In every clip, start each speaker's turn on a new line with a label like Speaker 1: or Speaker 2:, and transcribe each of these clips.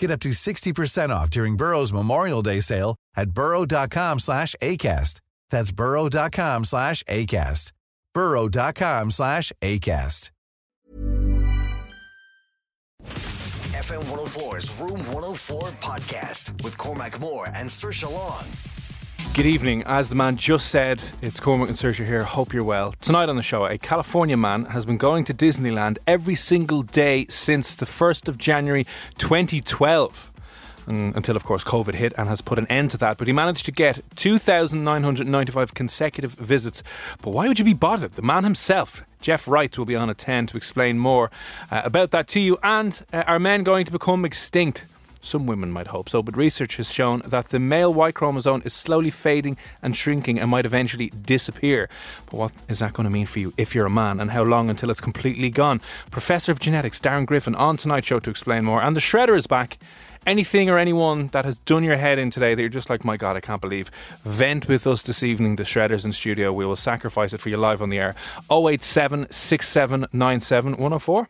Speaker 1: Get up to 60% off during Burrow's Memorial Day sale at burrow.com slash ACAST. That's burrow.com slash ACAST. burrow.com slash ACAST.
Speaker 2: FM 104's Room 104 podcast with Cormac Moore and Sir Long.
Speaker 3: Good evening. As the man just said, it's Cormac and Saoirse here. Hope you're well. Tonight on the show, a California man has been going to Disneyland every single day since the 1st of January 2012. And until, of course, COVID hit and has put an end to that. But he managed to get 2,995 consecutive visits. But why would you be bothered? The man himself, Jeff Wright, will be on at 10 to explain more uh, about that to you. And uh, are men going to become extinct? Some women might hope so, but research has shown that the male Y chromosome is slowly fading and shrinking and might eventually disappear. But what is that going to mean for you if you're a man, and how long until it's completely gone? Professor of Genetics Darren Griffin on tonight's show to explain more, and the Shredder is back. Anything or anyone that has done your head in today that you're just like, my God, I can't believe. Vent with us this evening. The Shredder's in studio. We will sacrifice it for you live on the air. 087 6797 104.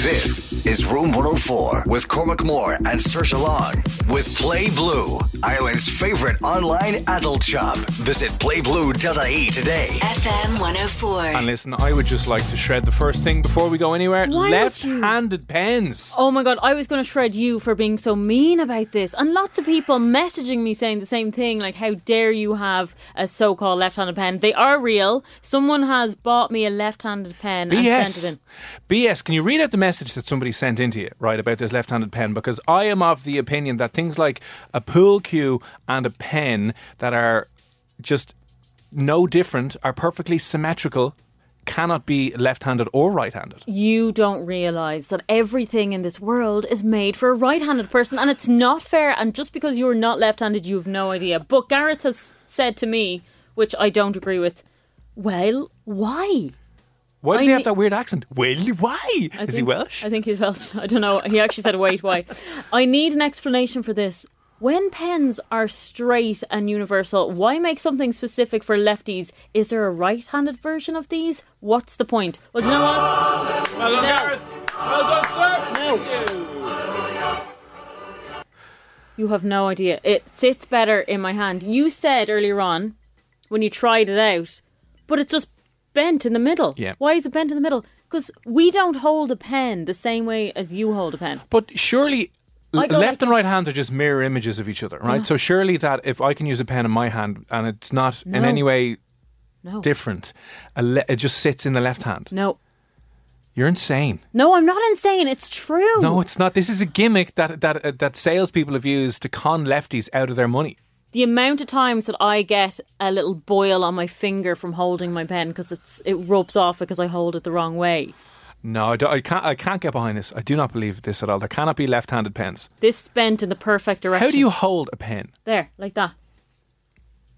Speaker 2: This is Room 104 with Cormac Moore and Sir Long with Play Blue, Ireland's favorite online adult shop. Visit playblue.ie today.
Speaker 4: FM 104.
Speaker 3: And listen, I would just like to shred the first thing before we go anywhere.
Speaker 5: Why would
Speaker 3: Left-handed pens.
Speaker 5: Oh my god, I was going to shred you for being so mean about this. And lots of people messaging me saying the same thing like, how dare you have a so called left handed pen? They are real. Someone has bought me a left handed pen and sent it
Speaker 3: BS.
Speaker 5: in.
Speaker 3: BS. Can you read out the message that somebody sent into you, right, about this left-handed pen? Because I am of the opinion that things like a pool cue and a pen that are just no different are perfectly symmetrical. Cannot be left-handed or right-handed.
Speaker 5: You don't realise that everything in this world is made for a right handed person and it's not fair. And just because you're not left handed, you have no idea. But Gareth has said to me, which I don't agree with, well, why?
Speaker 3: Why does
Speaker 5: I
Speaker 3: he have
Speaker 5: mean-
Speaker 3: that weird accent? Well, why?
Speaker 5: I
Speaker 3: Is he
Speaker 5: think-
Speaker 3: Welsh?
Speaker 5: I think he's Welsh. I don't know. He actually said, wait, why? I need an explanation for this. When pens are straight and universal, why make something specific for lefties? Is there a right handed version of these? What's the point? Well, do you know what?
Speaker 3: Well done,
Speaker 5: No.
Speaker 3: Gareth. Well done, sir. Thank you.
Speaker 5: You have no idea. It sits better in my hand. You said earlier on, when you tried it out, but it's just bent in the middle.
Speaker 3: Yeah.
Speaker 5: Why is it bent in the middle? Because we don't hold a pen the same way as you hold a pen.
Speaker 3: But surely
Speaker 5: I
Speaker 3: left
Speaker 5: go like-
Speaker 3: and right hands are just mirror images of each other, right? So surely that if I can use a pen in my hand and it's not in
Speaker 5: No.
Speaker 3: any way
Speaker 5: No.
Speaker 3: different, a le- it just sits in the left hand.
Speaker 5: No.
Speaker 3: You're insane.
Speaker 5: No, I'm not insane. It's true.
Speaker 3: No, it's not. This is a gimmick that that uh, that salespeople have used to con lefties out of their money.
Speaker 5: the amount of times that I get a little boil on my finger from holding my pen because it's it rubs off because I hold it the wrong way.
Speaker 3: No, I, don't- I can't. I can't get behind this. I do not believe this at all. There cannot be left-handed pens.
Speaker 5: This is bent in the perfect direction.
Speaker 3: How do you hold a pen?
Speaker 5: there like that?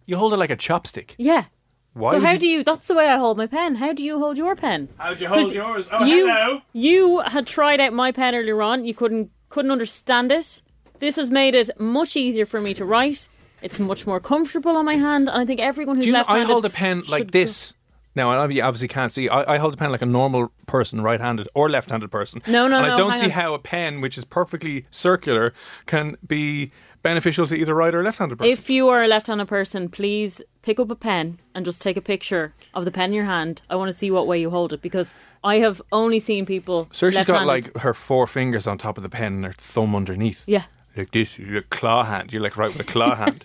Speaker 3: You hold it like a chopstick.
Speaker 5: Yeah.
Speaker 3: Why
Speaker 5: so
Speaker 3: would
Speaker 5: how
Speaker 3: you-
Speaker 5: do you? That's the way I hold my pen. How do you hold your pen?
Speaker 3: How do you Oh,
Speaker 5: 'Cause you, You had tried out my pen earlier on. You couldn't couldn't understand it. This has made it much easier for me to write. It's much more comfortable on my hand, and I think everyone who's
Speaker 3: Do you know, I
Speaker 5: left-handed
Speaker 3: hold a pen like
Speaker 5: should go-
Speaker 3: this. Now, I obvi- obviously can't see. I, I hold a pen like a normal person, right-handed or left-handed person.
Speaker 5: No, no,
Speaker 3: and I
Speaker 5: no,
Speaker 3: don't
Speaker 5: hang
Speaker 3: see
Speaker 5: on.
Speaker 3: how a pen, which is perfectly circular, can be beneficial to either right or left-handed person.
Speaker 5: If you are a left-handed person, please pick up a pen and just take a picture of the pen in your hand. I want to see what way you hold it because I have only seen people
Speaker 3: Sir, she's got
Speaker 5: left-handed.
Speaker 3: like her four fingers on top of the pen and her thumb underneath.
Speaker 5: yeah.
Speaker 3: Like this, you're a claw hand. You're like right with a claw hand.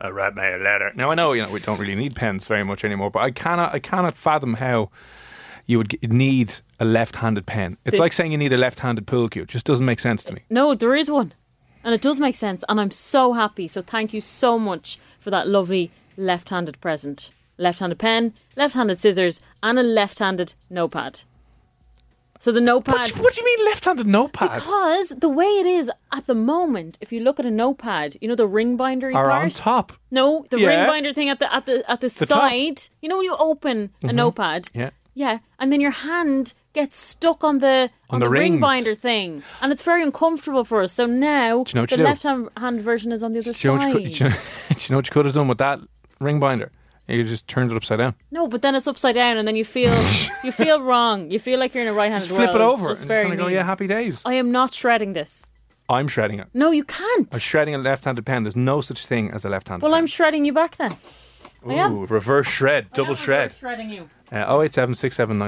Speaker 3: I write my letter. Now I know you know we don't really need pens very much anymore, but I cannot I cannot fathom how you would g- need a left-handed pen. It's
Speaker 5: This-
Speaker 3: like saying you need a left-handed pool cue. It just doesn't make sense to me.
Speaker 5: No, there is one. And it does make sense. And I'm so happy. So thank you so much for that lovely left handed present. Left handed pen, left handed scissors, and a left handed notepad. So the notepad.
Speaker 3: What, what do you mean left-handed notepad?
Speaker 5: Because the way it is at the moment, if you look at a notepad, you know the ring binder
Speaker 3: Are
Speaker 5: part?
Speaker 3: on top.
Speaker 5: No, the
Speaker 3: Yeah.
Speaker 5: ring binder thing at the at the at the,
Speaker 3: The top. Mm-hmm.
Speaker 5: side. You know when you open a notepad.
Speaker 3: Yeah.
Speaker 5: Yeah, and then your hand gets stuck on the
Speaker 3: On
Speaker 5: on,
Speaker 3: the
Speaker 5: the, ring
Speaker 3: rings.
Speaker 5: binder thing, and it's very uncomfortable for us. So now
Speaker 3: you know what you
Speaker 5: the
Speaker 3: do?
Speaker 5: left hand hand version is on the other
Speaker 3: Do you, know
Speaker 5: side.
Speaker 3: what you could, do you know- do you know what you could have done with that ring binder? You just turned it upside down.
Speaker 5: No, but then it's upside down, and then you feel you feel wrong. You feel like you're in a right handed
Speaker 3: Just flip it over and just
Speaker 5: It's just very
Speaker 3: kind of go,
Speaker 5: mean.
Speaker 3: yeah, happy days.
Speaker 5: I am not shredding this.
Speaker 3: I'm shredding it.
Speaker 5: No, you can't.
Speaker 3: I'm shredding a left-handed pen. There's no such thing as a left-handed
Speaker 5: well,
Speaker 3: pen.
Speaker 5: I'm shredding you back then. I am.
Speaker 3: Ooh, reverse shred, double shred.
Speaker 5: Shredding you.
Speaker 3: Uh, 087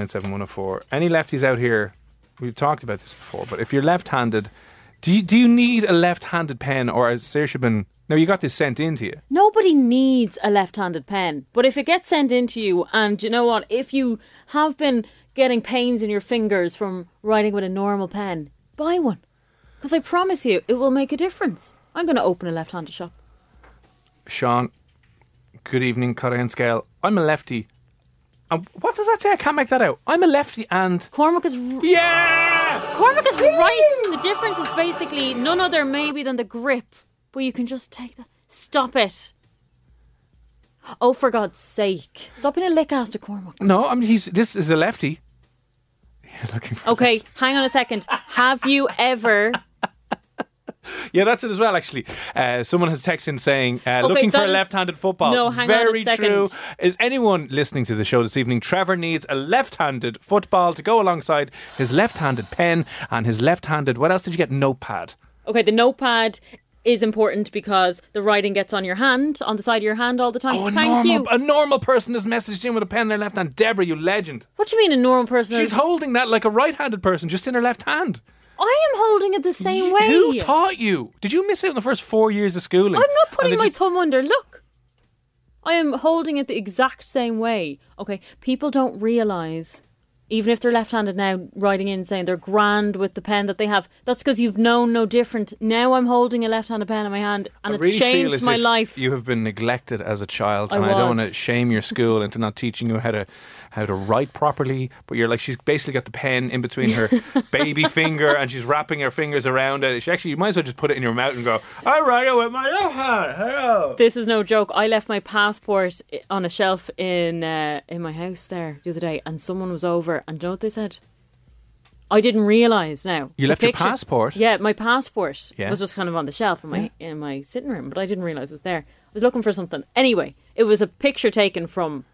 Speaker 3: Any lefties out here, we've talked about this before, but if you're left handed, do you, do you need a left handed pen or has there should been. No, you got this sent in to you.
Speaker 5: Nobody needs a left-handed pen, but if it gets sent into you, and you know what, if you have been getting pains in your fingers from writing with a normal pen, buy one, because I promise you, it will make a difference. I'm going to open a left-handed shop.
Speaker 3: Sean, good evening, Cutter and Scale. I'm a lefty. Um, what does that say? I can't make that out. I'm a lefty and.
Speaker 5: Cormac is r-
Speaker 3: Yeah!
Speaker 5: Cormac is right. The difference is basically none other maybe than the grip, but you can just take that. Stop it. Oh, for God's sake! Stop being a lick after Cormac.
Speaker 3: No, I mean, he's, this is a lefty. You're looking for.
Speaker 5: Okay, hang on a second. Have you ever?
Speaker 3: Yeah, that's it as well, actually. Uh, someone has texted in saying, uh, looking for
Speaker 5: that
Speaker 3: a
Speaker 5: is-
Speaker 3: left handed football.
Speaker 5: No, hang on a
Speaker 3: Very
Speaker 5: second.
Speaker 3: true. Is anyone listening to the show this evening? Trevor needs a left handed football to go alongside his left handed pen and his left handed, what else did you get? Notepad.
Speaker 5: Okay, the notepad is important because the writing gets on your hand, on the side of your hand all the time.
Speaker 3: Oh, a
Speaker 5: Thank
Speaker 3: normal,
Speaker 5: you.
Speaker 3: a normal person has messaged in with a pen in their left hand. Deborah, you legend.
Speaker 5: What do you mean a normal person?
Speaker 3: She's
Speaker 5: is-
Speaker 3: holding that like a right handed person, just in her left hand.
Speaker 5: I am holding it the same way.
Speaker 3: Who taught you? Did you miss out on the first four years of schooling?
Speaker 5: I'm not
Speaker 3: And
Speaker 5: putting
Speaker 3: they
Speaker 5: my
Speaker 3: just-
Speaker 5: thumb under. Look. I am holding it the exact same way. Okay, people don't realize even if they're left-handed now writing in saying they're grand with the pen that they have. That's because you've known no different. Now I'm holding a left-handed pen in my hand and
Speaker 3: I
Speaker 5: it's
Speaker 3: really feel
Speaker 5: changed
Speaker 3: as
Speaker 5: my
Speaker 3: if
Speaker 5: life.
Speaker 3: You have been neglected as a child,
Speaker 5: I
Speaker 3: and I don't
Speaker 5: was.
Speaker 3: want to shame your school into not teaching you how to how to write properly. But you're like she's basically got the pen in between her baby finger, and she's wrapping her fingers around it. She actually, you might as well just put it in your mouth and go, "I write it with my left hand." Hello.
Speaker 5: This is no joke. I left my passport i- on a shelf in uh, in my house there the other day, and someone was over, and do you know what they said? I didn't realize now.
Speaker 3: You
Speaker 5: The
Speaker 3: left your passport?
Speaker 5: Yeah, my passport
Speaker 3: Yeah.
Speaker 5: was just kind of on the shelf in my in my sitting room, but I didn't realize it was there. I was looking for something. Anyway, it was a picture taken from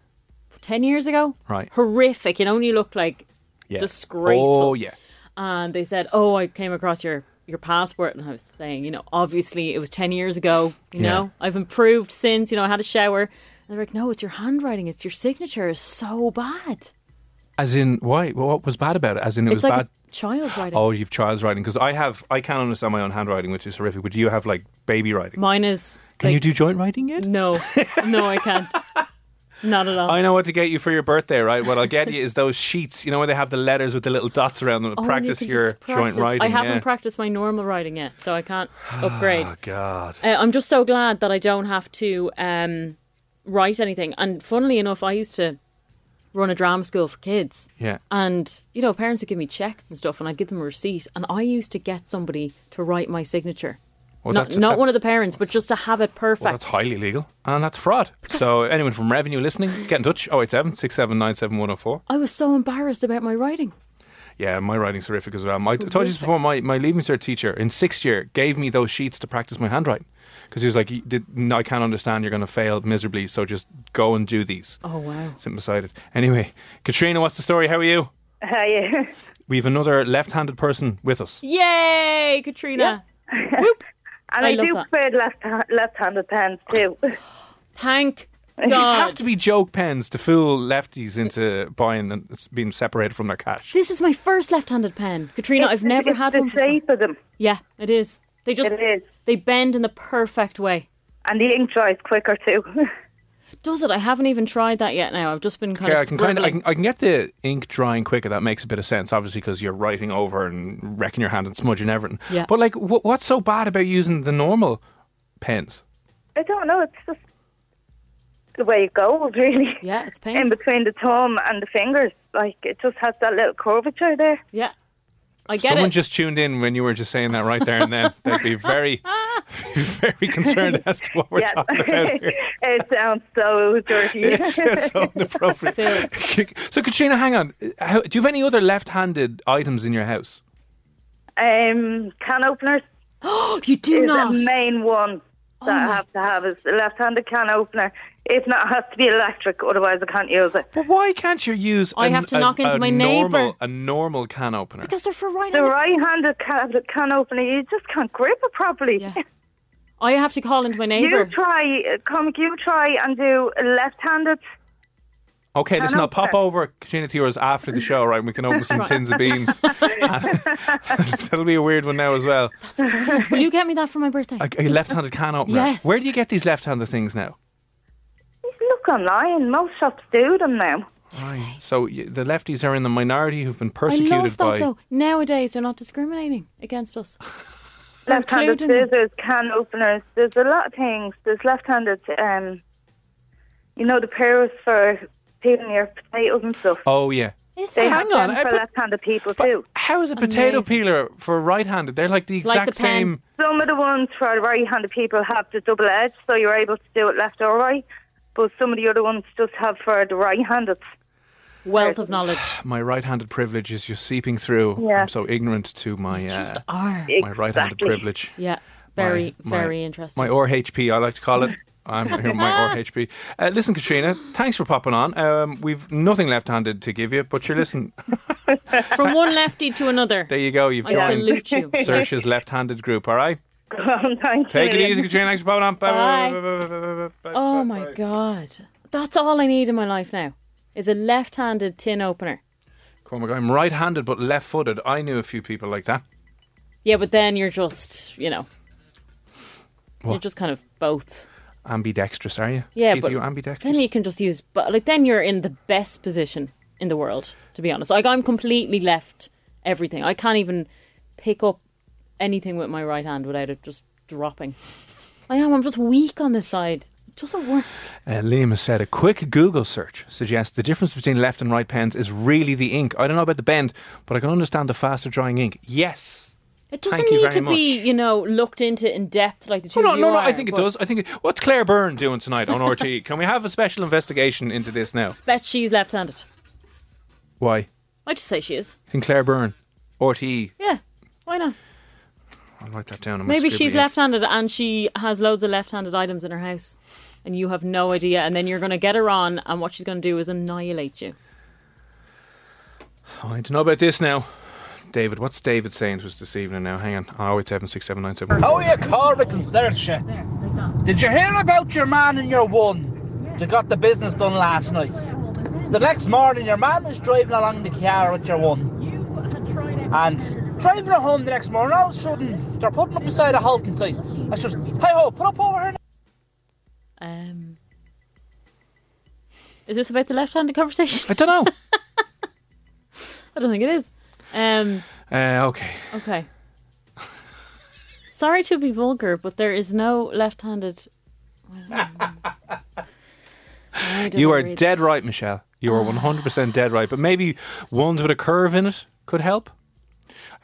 Speaker 5: ten years ago.
Speaker 3: Right.
Speaker 5: horrific. It only looked like
Speaker 3: Yeah.
Speaker 5: disgraceful
Speaker 3: Oh yeah.
Speaker 5: and they said, "Oh, I came across your your passport," and I was saying, you know, obviously it was ten years ago. You
Speaker 3: Yeah.
Speaker 5: know, I've improved since. You know, I had a shower. And they're like, "No, it's your handwriting. It's your signature is so bad.
Speaker 3: As in, why? Well, what was bad about it? As in, it
Speaker 5: it's
Speaker 3: was
Speaker 5: like
Speaker 3: bad.
Speaker 5: a child's writing."
Speaker 3: Oh, you've child's writing because I have. I can't understand my own handwriting, which is horrific. But you have like baby writing.
Speaker 5: Mine is.
Speaker 3: Can you
Speaker 5: like-
Speaker 3: do joint writing yet?
Speaker 5: No, no, I can't. Not at all.
Speaker 3: I know what to get you for your birthday, right? What I'll get you is those sheets, you know, where they have the letters with the little dots around them to
Speaker 5: Oh, and you
Speaker 3: practice
Speaker 5: can
Speaker 3: your
Speaker 5: just practice.
Speaker 3: joint writing.
Speaker 5: I haven't
Speaker 3: yeah.
Speaker 5: practiced my normal writing yet, so I can't upgrade.
Speaker 3: Oh, God.
Speaker 5: Uh, I'm just so glad that I don't have to um, write anything. And funnily enough, I used to run a drama school for kids.
Speaker 3: Yeah.
Speaker 5: And, you know, parents would give me checks and stuff, and I'd give them a receipt. And I used to get somebody to write my signature.
Speaker 3: Well,
Speaker 5: not
Speaker 3: that's-
Speaker 5: not one of the
Speaker 3: that's-
Speaker 5: parents, but just to have it perfect.
Speaker 3: Well, that's highly illegal and that's fraud. So, anyone from revenue listening, get in touch Oh, 087 6797104.
Speaker 5: I was so embarrassed about my writing.
Speaker 3: Yeah, my writing's horrific as well. My, I told you this before, my, my leaving cert teacher in sixth year gave me those sheets to practice my handwriting because he was like, "You did- no, I can't understand, you're going to fail miserably, so just go and do these.
Speaker 5: Oh, wow.
Speaker 3: Sitting beside it. Anyway, Katrina, what's the story? How are you?
Speaker 4: Hi.
Speaker 3: We have another left-handed person with us.
Speaker 5: Yay, Katrina. Whoop.
Speaker 4: And
Speaker 5: I
Speaker 4: I,
Speaker 5: love
Speaker 4: do
Speaker 5: that.
Speaker 4: prefer left left-handed pens too.
Speaker 5: Thank God.
Speaker 3: These have to be joke pens to fool lefties into buying and s- being separated from their cash.
Speaker 5: This is my first left-handed pen, Katrina. I've never
Speaker 4: it's
Speaker 5: had
Speaker 4: the
Speaker 5: one. before.
Speaker 4: shape of them.
Speaker 5: Yeah, it is. They just
Speaker 4: It is.
Speaker 5: they bend in the perfect way.
Speaker 4: And the ink dries quicker too.
Speaker 5: Does it? I haven't even tried that yet. Now I've just been kind
Speaker 3: Yeah, I
Speaker 5: of
Speaker 3: can kind of, I
Speaker 5: scribbling.
Speaker 3: can, I can get the ink drying quicker. That makes a bit of sense, obviously, because you're writing over and wrecking your hand and smudging everything.
Speaker 5: Yeah.
Speaker 3: But like, wh- what's so bad about using the normal pens?
Speaker 4: I don't know. It's just the way it goes, really.
Speaker 5: Yeah, it's
Speaker 4: In
Speaker 5: painful.
Speaker 4: between the thumb and the fingers, like it just has that little curvature there.
Speaker 5: Yeah, I get
Speaker 3: Someone
Speaker 5: it.
Speaker 3: just tuned in when you were just saying that right there and then. They'd be very, very concerned as to what we're
Speaker 4: Yes.
Speaker 3: talking about here.
Speaker 4: it sounds so dirty.
Speaker 3: It's just so inappropriate.
Speaker 5: Phil.
Speaker 3: So, Katrina, hang on. How, do you have any other left-handed items in your house?
Speaker 4: Um, can openers
Speaker 5: you do
Speaker 4: is
Speaker 5: not. Oh
Speaker 4: the main one that
Speaker 5: my
Speaker 4: I have to have is the left-handed can opener. If not, it has to be electric, otherwise I can't use it.
Speaker 3: But why can't you use?
Speaker 5: I
Speaker 3: an-
Speaker 5: have to
Speaker 3: a-
Speaker 5: knock into
Speaker 3: a
Speaker 5: my neighbour.
Speaker 3: normal, A normal can opener.
Speaker 5: because they're for right.
Speaker 4: The right-handed can, can opener, you just can't grip it properly.
Speaker 5: Yeah. I have to call into my
Speaker 4: You
Speaker 5: neighbour.
Speaker 4: try, uh, comic. You try and do a left-handed.
Speaker 3: Okay, listen, I'll pop
Speaker 4: opener.
Speaker 3: over, Katrina, to yours after the show, right? and We can open some tins of beans. That'll be a weird one now as well.
Speaker 5: Will you get me that for my birthday?
Speaker 3: A, a left-handed can opener.
Speaker 5: Yes.
Speaker 3: Where do you get these left-handed things now?
Speaker 4: Look online. Most shops do them now.
Speaker 3: Right. So y- the lefties are in the minority who've been
Speaker 5: I
Speaker 3: persecuted
Speaker 5: love that
Speaker 3: by.
Speaker 5: though. Nowadays they're not discriminating against us. They're
Speaker 4: Left-handed
Speaker 5: including them.
Speaker 4: scissors, can openers. There's a lot of things. There's left-handed. Um, you know the pairs for peeling your potatoes and stuff.
Speaker 3: Oh yeah.
Speaker 5: Is
Speaker 4: they
Speaker 5: there?
Speaker 3: hang
Speaker 4: have
Speaker 3: on,
Speaker 4: them
Speaker 3: I
Speaker 4: for
Speaker 3: put-
Speaker 4: left-handed people
Speaker 3: But
Speaker 4: too.
Speaker 3: how is a potato
Speaker 5: Amazing.
Speaker 3: peeler for right-handed? They're like the
Speaker 5: like
Speaker 3: exact
Speaker 5: the pen.
Speaker 3: same.
Speaker 4: Some of the ones for right-handed people have the double edge, so you're able to do it left or right. But some of the other ones just have for the right-handed.
Speaker 5: Wealth of knowledge.
Speaker 3: My right-handed privilege is just seeping through.
Speaker 4: Yeah.
Speaker 3: I'm so ignorant to my
Speaker 5: Just
Speaker 3: uh,
Speaker 5: are.
Speaker 3: my right-handed
Speaker 4: Exactly.
Speaker 3: privilege.
Speaker 5: Yeah.
Speaker 3: My-
Speaker 5: Very,
Speaker 3: my-
Speaker 5: very interesting.
Speaker 3: My RHP, I like to call it. I'm here, my RHP. Uh, listen, Katrina, thanks for popping on. Um, we've nothing left-handed to give you, but you listen.
Speaker 5: From one lefty to another.
Speaker 3: There you go. You've
Speaker 5: I
Speaker 3: joined
Speaker 5: salute you.
Speaker 3: Search's left-handed group. All right,
Speaker 4: Thank
Speaker 3: take it
Speaker 4: you.
Speaker 3: easy, Katrina. Thanks for popping on.
Speaker 5: Bye.
Speaker 3: Bye.
Speaker 5: Oh my god. That's all I need in my life now. Is a left-handed tin opener.
Speaker 3: Cormac, I'm right-handed but left-footed. I knew a few people like that.
Speaker 5: Yeah, but then you're just, you know, you're just kind of both.
Speaker 3: Ambidextrous, are you?
Speaker 5: Yeah,
Speaker 3: Keith,
Speaker 5: but
Speaker 3: are you ambidextrous.
Speaker 5: Then you can just use, but like then you're in the best position in the world, to be honest. Like I'm completely left everything. I can't even pick up anything with my right hand without it just dropping. I am. I'm just weak on this side. It doesn't work.
Speaker 3: Uh, Liam has said a quick Google search suggests the difference between left and right pens is really the ink. I don't know about the bend, but I can understand the faster drying ink. Yes.
Speaker 5: It doesn't
Speaker 3: Thank you
Speaker 5: need to
Speaker 3: very
Speaker 5: be, you know, looked into in depth like the two
Speaker 3: No, Oh, no,
Speaker 5: of you
Speaker 3: no, no.
Speaker 5: are,
Speaker 3: I think it
Speaker 5: but
Speaker 3: does. I think. It, what's Claire Byrne doing tonight on RT? Can we have a special investigation into this now?
Speaker 5: Bet she's left-handed.
Speaker 3: Why? You
Speaker 5: I just say she is.
Speaker 3: think Claire Byrne, RTE?
Speaker 5: Yeah. Why not?
Speaker 3: I'll write that down. on my
Speaker 5: Maybe
Speaker 3: scribbly ink.
Speaker 5: she's left-handed and she has loads of left-handed items in her house, and you have no idea. And then you're going to get her on, and what she's going to do is annihilate you.
Speaker 3: Oh, I don't know about this now. David, what's David saying to us this evening now? Hang on. Oh, it's seven six seven nine seven.
Speaker 6: Oh, yeah, Cormac and Saoirse. Did you hear about your man and your one that got the business done last night? So the next morning, your man is driving along the Chiara with your one. And driving her home the next morning, all of a sudden, they're putting up beside a halting site. That's just, hey ho, put up over here. now."
Speaker 5: Um, is this about the left-handed
Speaker 3: I
Speaker 5: conversation?
Speaker 3: don't know.
Speaker 5: I don't think it is. Um,
Speaker 3: uh, okay.
Speaker 5: okay. Sorry to be vulgar, but there is no left-handed. hmm. Well,
Speaker 3: You are dead right, Michelle. You
Speaker 5: Ah.
Speaker 3: are 100% dead right. But maybe ones with a curve in it could help.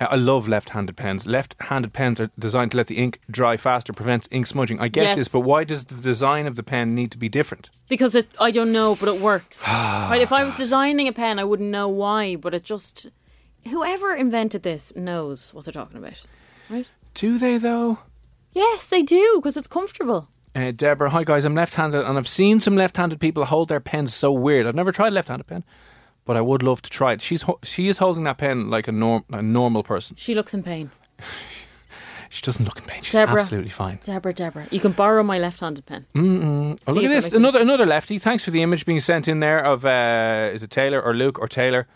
Speaker 3: I I love left-handed pens. Left-handed pens are designed to let the ink dry faster, prevents ink smudging. I get
Speaker 5: Yes.
Speaker 3: this, but why does the design of the pen need to be different?
Speaker 5: because it, I don't know, but it works.
Speaker 3: Ah,
Speaker 5: right? If I was designing a pen, I wouldn't know why, but it just whoever invented this knows what they're talking about.
Speaker 3: Do they though?
Speaker 5: Yes, they do because it's comfortable.
Speaker 3: Uh, Deborah, hi guys. I'm left-handed, and I've seen some left-handed people hold their pens so weird. I've never tried a left-handed pen, but I would love to try it. She's ho- she is holding that pen like a norm a normal person.
Speaker 5: She looks in pain.
Speaker 3: She doesn't look in pain. She's
Speaker 5: Deborah.
Speaker 3: absolutely fine.
Speaker 5: Deborah, Deborah, you can borrow my left-handed pen.
Speaker 3: Oh, look
Speaker 5: See
Speaker 3: at
Speaker 5: if it
Speaker 3: this!
Speaker 5: makes me-
Speaker 3: Another another lefty. Thanks for the image being sent in there of uh, is it Taylor or Luke or Taylor?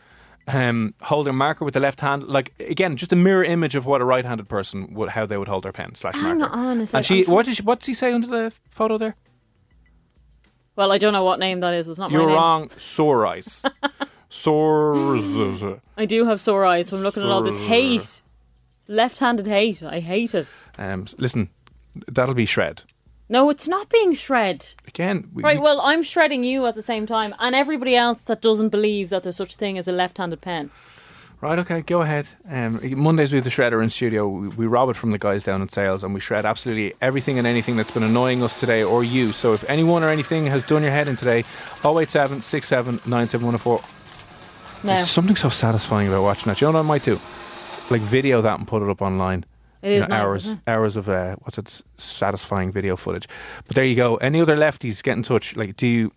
Speaker 3: um, hold their marker with the left hand. Like again, just a mirror image of what a right-handed person would how they would hold their pen slash
Speaker 5: Hang
Speaker 3: marker.
Speaker 5: on a sec,
Speaker 3: and she,
Speaker 5: I'm try-
Speaker 3: what did she, what's he say under the photo there?
Speaker 5: Well, I don't know what name that is. It's not my
Speaker 3: You're
Speaker 5: name.
Speaker 3: wrong. Sore eyes. Sore.
Speaker 5: I do have sore eyes from looking at all this
Speaker 3: Sore.
Speaker 5: hate. Left-handed hate. I hate it.
Speaker 3: Um, listen, that'll be shred
Speaker 5: No, it's not being shred.
Speaker 3: again. We,
Speaker 5: Right, well, I'm shredding you at the same time and everybody else that doesn't believe that there's such thing as a left-handed pen.
Speaker 3: Right, okay, go ahead. Um, Mondays we have the shredder in studio. We, we rob it from the guys down in sales and we shred absolutely everything and anything that's been annoying us today or you. So if anyone or anything has done your head in today, 087 67 97104.
Speaker 5: No,
Speaker 3: There's something so satisfying about watching that. You know what I might do? Like video that and put it up online.
Speaker 5: it
Speaker 3: You
Speaker 5: is
Speaker 3: know,
Speaker 5: nice,
Speaker 3: hours,
Speaker 5: isn't it?
Speaker 3: hours of uh, what's it? Satisfying video footage. But there you go. Any other lefties get in touch? Like, do you?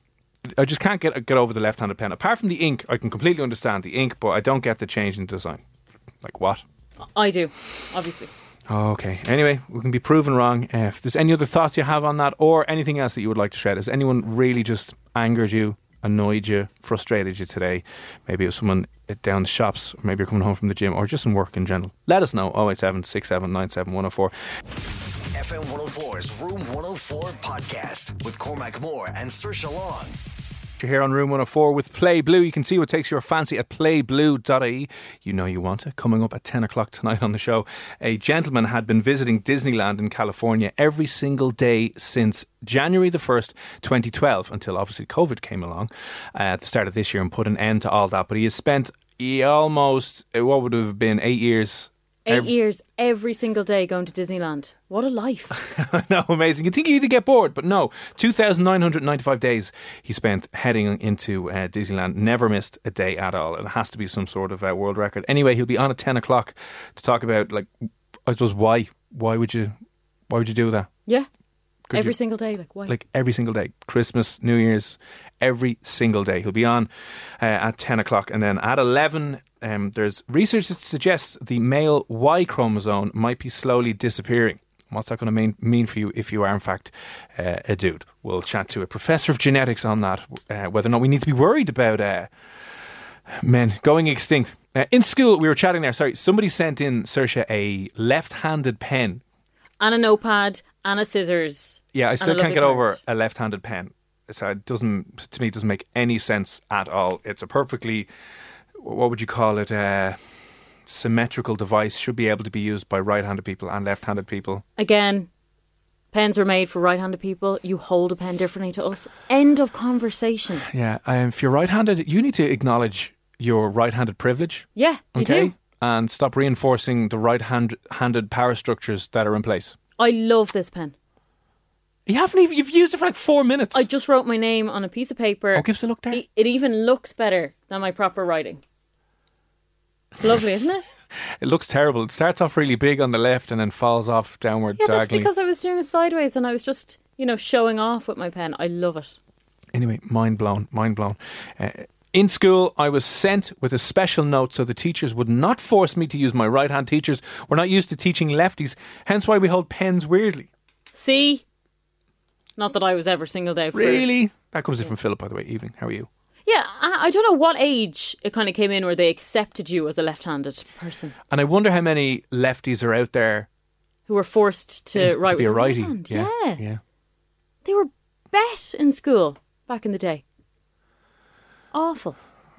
Speaker 3: I just can't get get over the left-handed pen. Apart from the ink, I can completely understand the ink, but I don't get the change in design. Like what?
Speaker 5: I do, obviously.
Speaker 3: Oh, okay. Anyway, we can be proven wrong. Uh, If there's any other thoughts you have on that, or anything else that you would like to share, has anyone really just angered you, annoyed you, frustrated you today? Maybe it was someone at- down the shops, or maybe you're coming home from the gym, or just in work in general. Let us know. 087 6797 104.
Speaker 2: FM 104's Room 104 podcast with Cormac Moore and Sir Long.
Speaker 3: You're here on Room 104 with Play Blue. You can see what takes your fancy at playblue.ie. E. You know you want it. Coming up at 10 o'clock tonight on the show, a gentleman had been visiting Disneyland in California every single day since January the 1st, 2012, until obviously COVID came along uh, at the start of this year and put an end to all that. But he has spent he almost, uh, what would have been eight years.
Speaker 5: Eight
Speaker 3: Every-
Speaker 5: years every single day going to Disneyland. What a life.
Speaker 3: no, amazing. You'd think he'd get bored, but no. 2,995 days he spent heading into uh, Disneyland. Never missed a day at all. It has to be some sort of uh, world record. Anyway, he'll be on at 10 o'clock to talk about, like, I suppose, why? Why would you, why would you do that?
Speaker 5: yeah.
Speaker 3: Could
Speaker 5: every
Speaker 3: you-
Speaker 5: single day. Like, why?
Speaker 3: like every single day christmas new year's every single day he'll be on uh, at 10 o'clock and then at 11 um, there's research that suggests the male y chromosome might be slowly disappearing What's that going to mean, mean for you if you are, in fact, uh, a dude? We'll chat to a professor of genetics on that, uh, whether or not we need to be worried about uh, men going extinct. Uh, in school, we were chatting there. Sorry, somebody sent in, Sersha, a left handed pen
Speaker 5: and a notepad and a scissors.
Speaker 3: yeah, I
Speaker 5: and a
Speaker 3: still can't
Speaker 5: lovely
Speaker 3: get over
Speaker 5: card.
Speaker 3: a left-handed pen. So it doesn't to me it doesn't make any sense at all. It's a perfectly what would you call it? Uh, symmetrical device should be able to be used by right-handed people and left-handed people.
Speaker 5: Again, pens were made for right handed people. You hold a pen differently to us. End of conversation.
Speaker 3: Yeah, um, if you're right-handed, you need to acknowledge your right-handed privilege.
Speaker 5: Yeah, you
Speaker 3: Okay.
Speaker 5: do.
Speaker 3: And stop reinforcing the right-handed power structures that are in place.
Speaker 5: I love this pen.
Speaker 3: You haven't even you've used it for like four minutes.
Speaker 5: I just wrote my name on a piece of paper.
Speaker 3: oh, give us a look there.
Speaker 5: It, it even looks better than my proper writing. It's lovely, isn't it?
Speaker 3: It looks terrible. It starts off really big on the left and then falls off downward
Speaker 5: Yeah, that's
Speaker 3: diagonally.
Speaker 5: because I was doing it sideways and I was just, you know, showing off with my pen. I love it.
Speaker 3: anyway, mind blown, mind blown. Uh, in school, I was sent with a special note so the teachers would not force me to use my right hand. Teachers were not used to teaching lefties, hence why we hold pens weirdly.
Speaker 5: See? Not that I was ever single day for
Speaker 3: Really? That comes in from Philip, by the way. Evening, how are you?
Speaker 5: Yeah, I, I don't know what age it kind of came in where they accepted you as a left-handed person
Speaker 3: And I wonder how many lefties are out there
Speaker 5: who were forced to
Speaker 3: in-
Speaker 5: write
Speaker 3: to be
Speaker 5: with
Speaker 3: a
Speaker 5: their right
Speaker 3: righty.
Speaker 5: hand.
Speaker 3: Yeah,
Speaker 5: yeah.
Speaker 3: yeah.
Speaker 5: They were bet in school back in the day. Awful.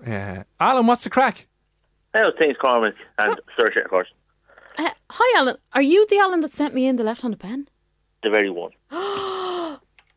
Speaker 3: Yeah. Uh, Alan, what's the crack?
Speaker 7: How's things, Cormac? And Sir of course,
Speaker 5: Uh, hi, Alan. Are you the Alan that sent me in the left-handed pen?
Speaker 7: the very one.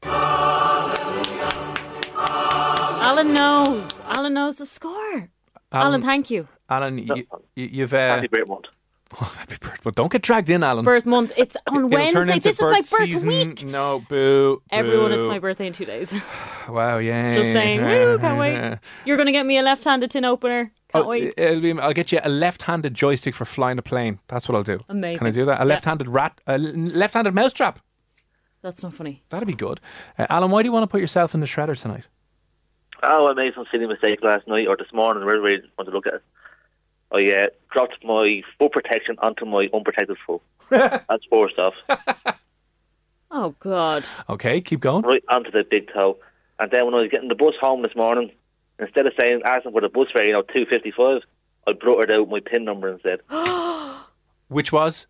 Speaker 5: Alan knows. Alan knows the score. Alan, thank you.
Speaker 3: Alan, you, you, you've. Uh,
Speaker 7: Happy great one.
Speaker 3: happy birthday. But don't get dragged in, Alan.
Speaker 5: Birth month. It's on
Speaker 3: It'll turn
Speaker 5: Wednesday.
Speaker 3: into
Speaker 5: This is my birth
Speaker 3: season.
Speaker 5: week.
Speaker 3: No, boo.
Speaker 5: Everyone,
Speaker 3: boo.
Speaker 5: it's my birthday in two days.
Speaker 3: Wow, yeah.
Speaker 5: Just saying. Woo, can't wait. You're going to get me a left-handed tin opener. Can't
Speaker 3: Oh,
Speaker 5: wait.
Speaker 3: it'll be- I'll get you a left-handed joystick for flying a plane. That's what I'll do.
Speaker 5: Amazing.
Speaker 3: Can I do that? A left-handed rat, a l- left-handed mousetrap.
Speaker 5: That's not funny.
Speaker 3: That'd be good. Uh, Alan, why do you want to put yourself in the shredder tonight?
Speaker 7: Oh, I made some silly mistake last night or this morning, wherever you want to look at it. I uh, dropped my full protection onto my unprotected full. That's forced off.
Speaker 5: Oh God.
Speaker 3: Okay, keep going.
Speaker 7: Right onto the big toe. And then when I was getting the bus home this morning, instead of saying asking for the bus fare, you know, two fifty five, I brought her out my pin number and said,
Speaker 3: Which was?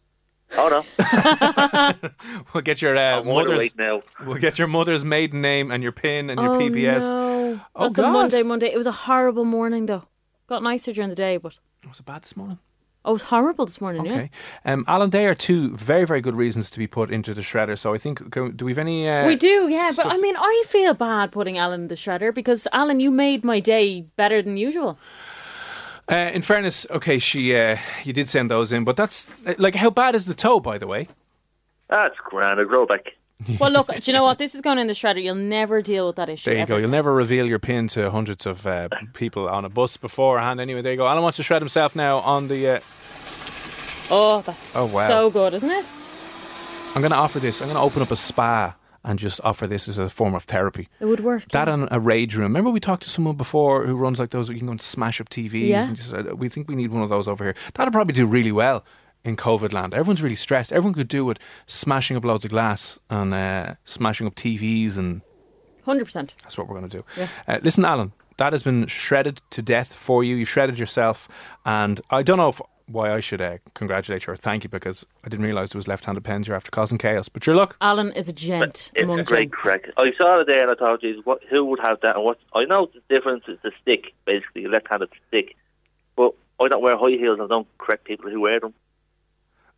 Speaker 7: "Oh no,
Speaker 3: We'll get your uh,
Speaker 7: I'm underweight
Speaker 3: mother's.
Speaker 7: now."
Speaker 3: We'll get your mother's maiden name and your pin and your
Speaker 5: oh,
Speaker 3: PBS.
Speaker 5: No.
Speaker 3: Oh,
Speaker 5: That's
Speaker 3: God.
Speaker 5: a Monday, Monday. It was a horrible morning, though. Got nicer during the day, but
Speaker 3: Was it bad this morning?
Speaker 5: oh, it was horrible this morning, yeah.
Speaker 3: Okay. Um, Alan, they are two very, very good reasons to be put into the shredder. So I think, go- do we have any? Uh,
Speaker 5: We do, yeah, but
Speaker 3: stuff
Speaker 5: I mean, I feel bad putting Alan in the shredder because Alan, you made my day better than usual.
Speaker 3: Uh, in fairness, okay, she, uh, you did send those in, but that's uh, like, how bad is the toe, by the way?
Speaker 7: That's grand. I grow back.
Speaker 5: Well, look, do you know what? This is going in the shredder. You'll never deal with that issue.
Speaker 3: There you
Speaker 5: ever.
Speaker 3: go. You'll never reveal your pin to hundreds of uh, people on a bus beforehand. Anyway, there you go. Alan wants to shred himself now on the. Uh,
Speaker 5: Oh, that's
Speaker 3: Oh, wow.
Speaker 5: so good, isn't it?
Speaker 3: I'm going to offer this. I'm going to open up a spa and just offer this as a form of therapy.
Speaker 5: It would work.
Speaker 3: That
Speaker 5: yeah.
Speaker 3: and a rage room. Remember, we talked to someone before who runs like those. where You can go and smash up TVs.
Speaker 5: Yeah.
Speaker 3: And just, uh, we think we need one of those over here. That'd probably do really well in COVID land. Everyone's really stressed. Everyone could do with smashing up loads of glass and uh, smashing up TVs, and
Speaker 5: 100%.
Speaker 3: that's what we're going to do. Uh, listen, Alan, that has been shredded to death for you. You shredded yourself, and I don't know if. Why I should uh, congratulate you or thank you because I didn't realise it was left-handed pens you're after causing chaos. But your luck,
Speaker 5: Alan is a gent
Speaker 7: It's
Speaker 5: among
Speaker 7: a great
Speaker 5: gents.
Speaker 7: crack. I saw it there and I thought, geez, what, who would have that? And what? I know the difference is the stick, basically, left-handed stick. But I don't wear high heels and I don't correct people who wear them.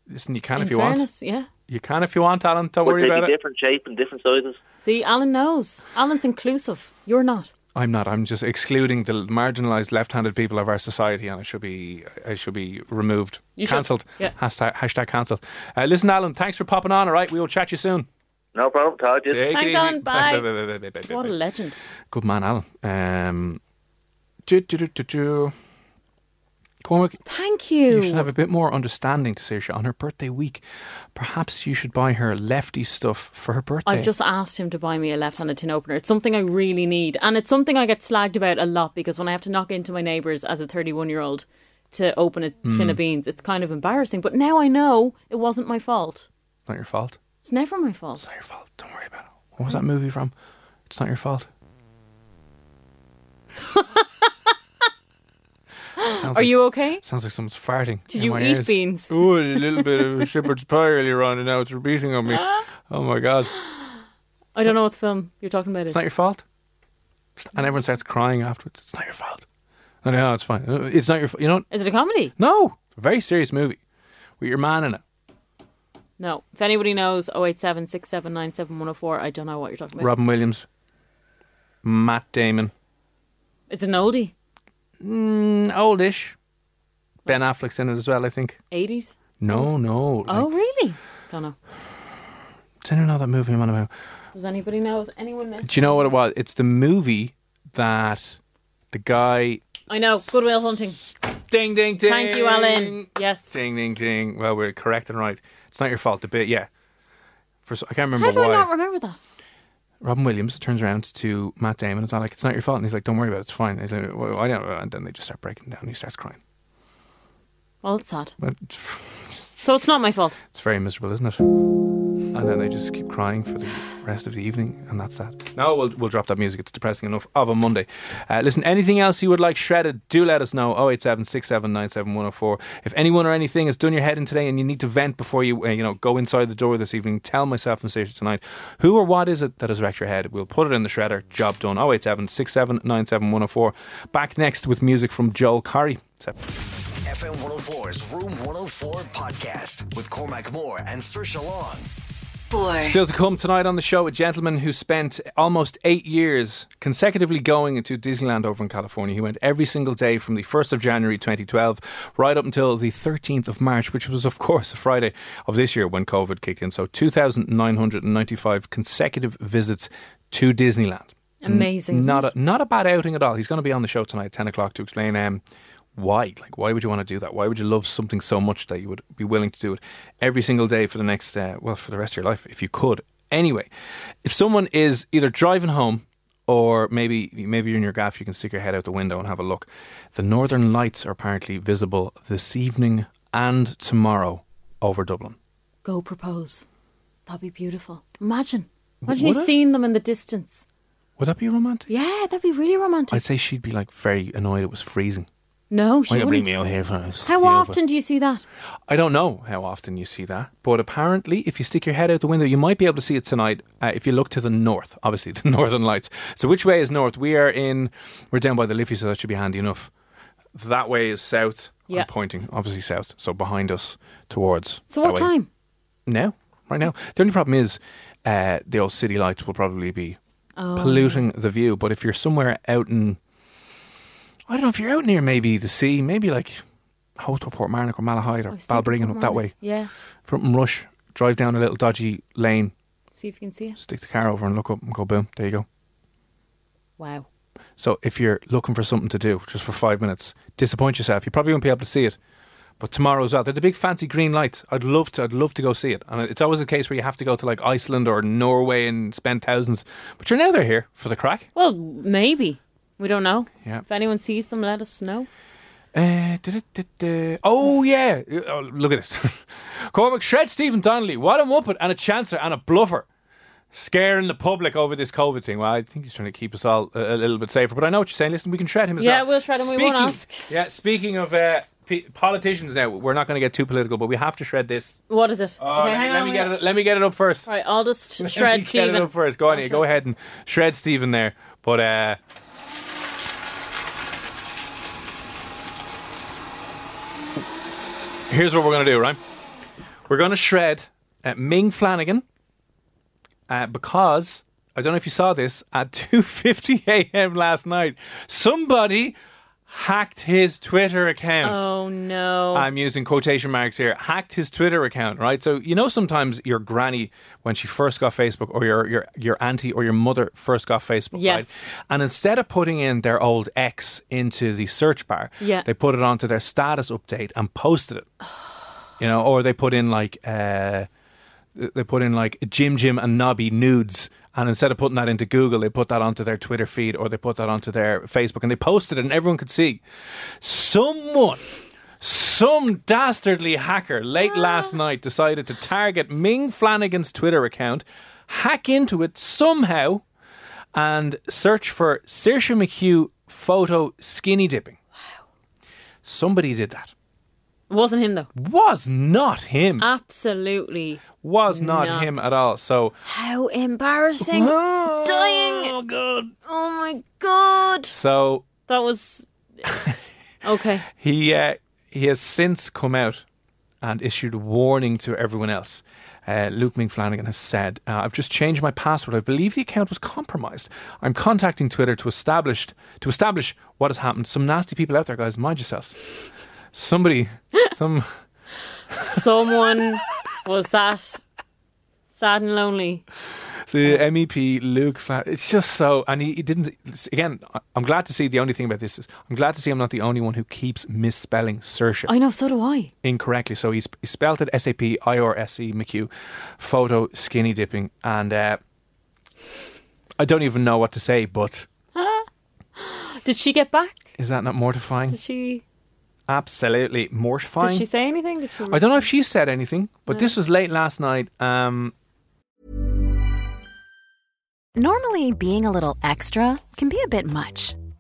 Speaker 3: listen, you can
Speaker 5: In
Speaker 3: if you want.
Speaker 5: fairness, yeah.
Speaker 3: You can if you want, Alan.
Speaker 7: But
Speaker 3: Don't worry
Speaker 7: they'd
Speaker 3: about
Speaker 7: be
Speaker 3: it.
Speaker 7: different shape and different sizes.
Speaker 5: See, Alan knows. Alan's inclusive. You're not.
Speaker 3: I'm not. I'm just excluding the marginalised left-handed people of our society, and it should be it should be removed,
Speaker 5: You should.
Speaker 3: cancelled.
Speaker 5: Yeah.
Speaker 3: Hashtag, hashtag cancelled. Uh, listen, Alan. Thanks for popping on. All right, we will chat you soon.
Speaker 7: No problem. Talk to you.
Speaker 3: Take it
Speaker 5: Thanks,
Speaker 3: easy.
Speaker 5: Alan. Bye.
Speaker 3: Bye, bye, bye, bye, bye, bye,
Speaker 5: What a
Speaker 3: bye.
Speaker 5: legend.
Speaker 3: Good man, Alan. Um, do, do, do, do, do. Cormac,
Speaker 5: Thank
Speaker 3: you
Speaker 5: you.
Speaker 3: should have a bit more understanding to Saoirse on her birthday week. Perhaps you should buy her lefty stuff for her birthday.
Speaker 5: I've just asked him to buy me a left-handed tin opener. It's something I really need, and it's something I get slagged about a lot because when I have to knock into my neighbours as a 31-year-old to open a tin
Speaker 3: Mm.
Speaker 5: of beans, it's kind of embarrassing. But now I know it wasn't my fault.
Speaker 3: not your fault.
Speaker 5: It's never my
Speaker 3: Not
Speaker 5: fault.
Speaker 3: your fault. Don't worry about it. What
Speaker 5: Hmm.
Speaker 3: was that movie from? It's not your fault. Sounds
Speaker 5: Are
Speaker 3: like-
Speaker 5: you okay?
Speaker 3: Sounds like someone's farting.
Speaker 5: Did
Speaker 3: in
Speaker 5: you
Speaker 3: my
Speaker 5: eat
Speaker 3: ears.
Speaker 5: beans?
Speaker 3: Ooh, a little bit of shepherd's pie earlier on, and now it's repeating on me. Oh my god!
Speaker 5: I don't know what film you're talking about.
Speaker 3: It's
Speaker 5: Is.
Speaker 3: not your fault. And everyone starts crying afterwards. It's not your fault. No, no, it's fine. Uh, It's not your. fa- You know,
Speaker 5: Is it a comedy?
Speaker 3: no. It's a very serious movie with your man in it.
Speaker 5: No. If anybody knows, 087 679 7104, I don't know what you're talking about.
Speaker 3: Robin Williams, Matt Damon,
Speaker 5: It's an oldie.
Speaker 3: mm, oldish. Ben Affleck's in it as well, I think.
Speaker 5: 80s?
Speaker 3: No, no.
Speaker 5: Oh,
Speaker 3: Like,
Speaker 5: really? Don't know.
Speaker 3: does anyone know that movie I'm on about?
Speaker 5: Does anybody know? Is anyone know?
Speaker 3: Do you know what it was? It's the movie that the guy.
Speaker 5: I know. Goodwill Hunting.
Speaker 3: Ding, ding, ding.
Speaker 5: Thank you, Alan. Yes.
Speaker 3: Ding, ding, ding. Well, we're correct and right. It's not your fault. The bit, yeah. For, s- I can't remember
Speaker 5: How do
Speaker 3: why.
Speaker 5: I not remember that?
Speaker 3: Robin Williams turns around to Matt Damon. It's not like it's not your fault, and he's like, "Don't worry about it. It's fine." He's like, well, I don't. And then they just start breaking down. and He starts crying.
Speaker 5: Well, it's sad.
Speaker 3: But It's,
Speaker 5: So it's not my fault.
Speaker 3: it's very miserable, isn't it? And then they just keep crying for the rest of the evening, and that's that. No, we'll, we'll drop that music. It's depressing enough of a Monday. Uh, listen, anything else you would like shredded, do let us know. 087 6797104. If anyone or anything has done your head in today and you need to vent before you uh, you know go inside the door this evening, tell myself and Stacia tonight who or what is it that has wrecked your head. We'll put it in the shredder. Job done. 087 6797104. Back next with music from Joel Curry.
Speaker 2: FM 104's Room 104 podcast with Cormac Moore and Sir Long.
Speaker 8: Four.
Speaker 3: Still to come tonight on the show, a gentleman who spent almost eight years consecutively going to Disneyland over in California. He went every single day from the 1st of January 2012 right up until the 13th of March, which was, of course, a Friday of this year when COVID kicked in. So 2,995 consecutive visits to Disneyland.
Speaker 5: Amazing. isn't
Speaker 3: Not
Speaker 5: it?
Speaker 3: a, not a bad outing at all. He's going to be on the show tonight, ten o'clock, to explain um, why. Like, why would you want to do that? Why would you love something so much that you would be willing to do it every single day for the next, uh, well, for the rest of your life, if you could? Anyway, if someone is either driving home or maybe maybe you're in your gaff, you can stick your head out the window and have a look. The Northern Lights are apparently visible this evening and tomorrow over Dublin.
Speaker 5: Go propose. That'd be beautiful. Imagine. Imagine
Speaker 3: would
Speaker 5: you
Speaker 3: it?
Speaker 5: seeing them in the distance.
Speaker 3: Would that be romantic?
Speaker 5: Yeah, that'd be really romantic.
Speaker 3: I'd say she'd be like very annoyed it was freezing.
Speaker 5: No, she
Speaker 3: Why you bring
Speaker 5: wouldn't.
Speaker 3: me out here for us?
Speaker 5: How often do you see that?
Speaker 3: I don't know how often you see that, but apparently, if you stick your head out the window, you might be able to see it tonight uh, if you look to the north. Obviously, the northern lights. So, which way is north? We are in. We're down by the Liffey, so that should be handy enough. That way is south.
Speaker 5: Yeah.
Speaker 3: I'm pointing obviously south, so behind us towards.
Speaker 5: So
Speaker 3: that
Speaker 5: what
Speaker 3: way.
Speaker 5: time?
Speaker 3: Now, right now. The only problem is uh, the old city lights will probably be polluting the view. But if you're somewhere out in, I don't know, if you're out near maybe the sea, maybe like Hotel Port Marnock or Malahide
Speaker 5: I
Speaker 3: or
Speaker 5: was thinking
Speaker 3: Balbriggan up that
Speaker 5: Kilmarnock.
Speaker 3: way,
Speaker 5: Yeah.
Speaker 3: from Rush, drive down a little dodgy lane,
Speaker 5: See if you can see it.
Speaker 3: stick the car over and look up and go boom, there you go.
Speaker 5: Wow.
Speaker 3: So if you're looking for something to do just for five minutes, disappoint yourself. You probably won't be able to see it. But tomorrow as well, they're the big fancy green lights. I'd love to. I'd love to go see it. And it's always a case where you have to go to like Iceland or Norway and spend thousands. But you're now they're here for the crack.
Speaker 5: Well, maybe. We don't know.
Speaker 3: Yeah.
Speaker 5: If anyone sees them, let us know.
Speaker 3: Uh, du-du-du-du. oh yeah! Oh, look at this. Cormac shred Stephen Donnelly. What a muppet and a chancer and a bluffer, scaring the public over this COVID thing. Well, I think he's trying to keep us all a, a little bit safer. But I know what you're saying. Listen, we can shred him as
Speaker 5: Yeah,
Speaker 3: well.
Speaker 5: we'll shred him. We won't ask.
Speaker 3: Yeah, speaking of uh, p- politicians, now we're not going to get too political, but we have to shred this.
Speaker 5: What is it?
Speaker 3: Oh, let, me- let me get it. Let me get it up first.
Speaker 5: Right, I'll just
Speaker 3: Let me Get
Speaker 5: shred
Speaker 3: it
Speaker 5: Stephen.
Speaker 3: up first. Go on, here. Go ahead and shred Stephen there. But uh, here's what we're going to do, right? We're going to shred uh, Ming Flanagan uh, because I don't know if you saw this at 2:50 a.m. last night. Somebody hacked his Twitter account.
Speaker 5: Oh no.
Speaker 3: I'm using quotation marks here, hacked his Twitter account, right? So you know sometimes your granny when she first got Facebook or your your, your auntie or your mother first got Facebook,
Speaker 5: Yes.
Speaker 3: right? And instead of putting in their old ex into the search bar,
Speaker 5: Yeah.
Speaker 3: they put it onto their status update and posted it. you know, or they put in like uh they put in like Jim Jim and Nobby nudes. And instead of putting that into Google, they put that onto their Twitter feed or they put that onto their Facebook and they posted it and everyone could see. Someone, some dastardly hacker late last night decided to target Ming Flanagan's Twitter account, hack into it somehow, and search for Saoirse McHugh photo skinny dipping. Wow. Somebody did that.
Speaker 5: It wasn't him though.
Speaker 3: Was not him.
Speaker 5: Absolutely.
Speaker 3: Was not,
Speaker 5: Uh, not.
Speaker 3: him at all. So.
Speaker 5: How embarrassing.
Speaker 3: Oh,
Speaker 5: Dying.
Speaker 3: Oh, God.
Speaker 5: Oh my god.
Speaker 3: So
Speaker 5: That was Okay.
Speaker 3: he uh, he has since come out and issued a warning to everyone else. Uh, Luke Ming Flanagan has said, uh, "I've just changed my password. I believe the account was compromised. I'm contacting Twitter to establish to establish what has happened. Some nasty people out there, guys. Mind yourselves. Somebody, some."
Speaker 5: Someone was that sad and lonely.
Speaker 3: The MEP E Luke Flat. It's just so, and he, he didn't. Again, I- I'm glad to see. The only thing about this is, I'm glad to see I'm not the only one who keeps misspelling Saoirse
Speaker 5: I know, so do I.
Speaker 3: incorrectly. So he's he spelled it S A P I R S E McHugh, photo skinny dipping, and uh, I don't even know what to say. But
Speaker 5: Did she get back?
Speaker 3: is that not mortifying?
Speaker 5: Did she
Speaker 3: Absolutely
Speaker 5: did
Speaker 3: mortifying.
Speaker 5: she say anything? Did she
Speaker 3: I don't know if she said anything, but this was late last night. Um,
Speaker 9: Normally, being a little extra can be a bit much,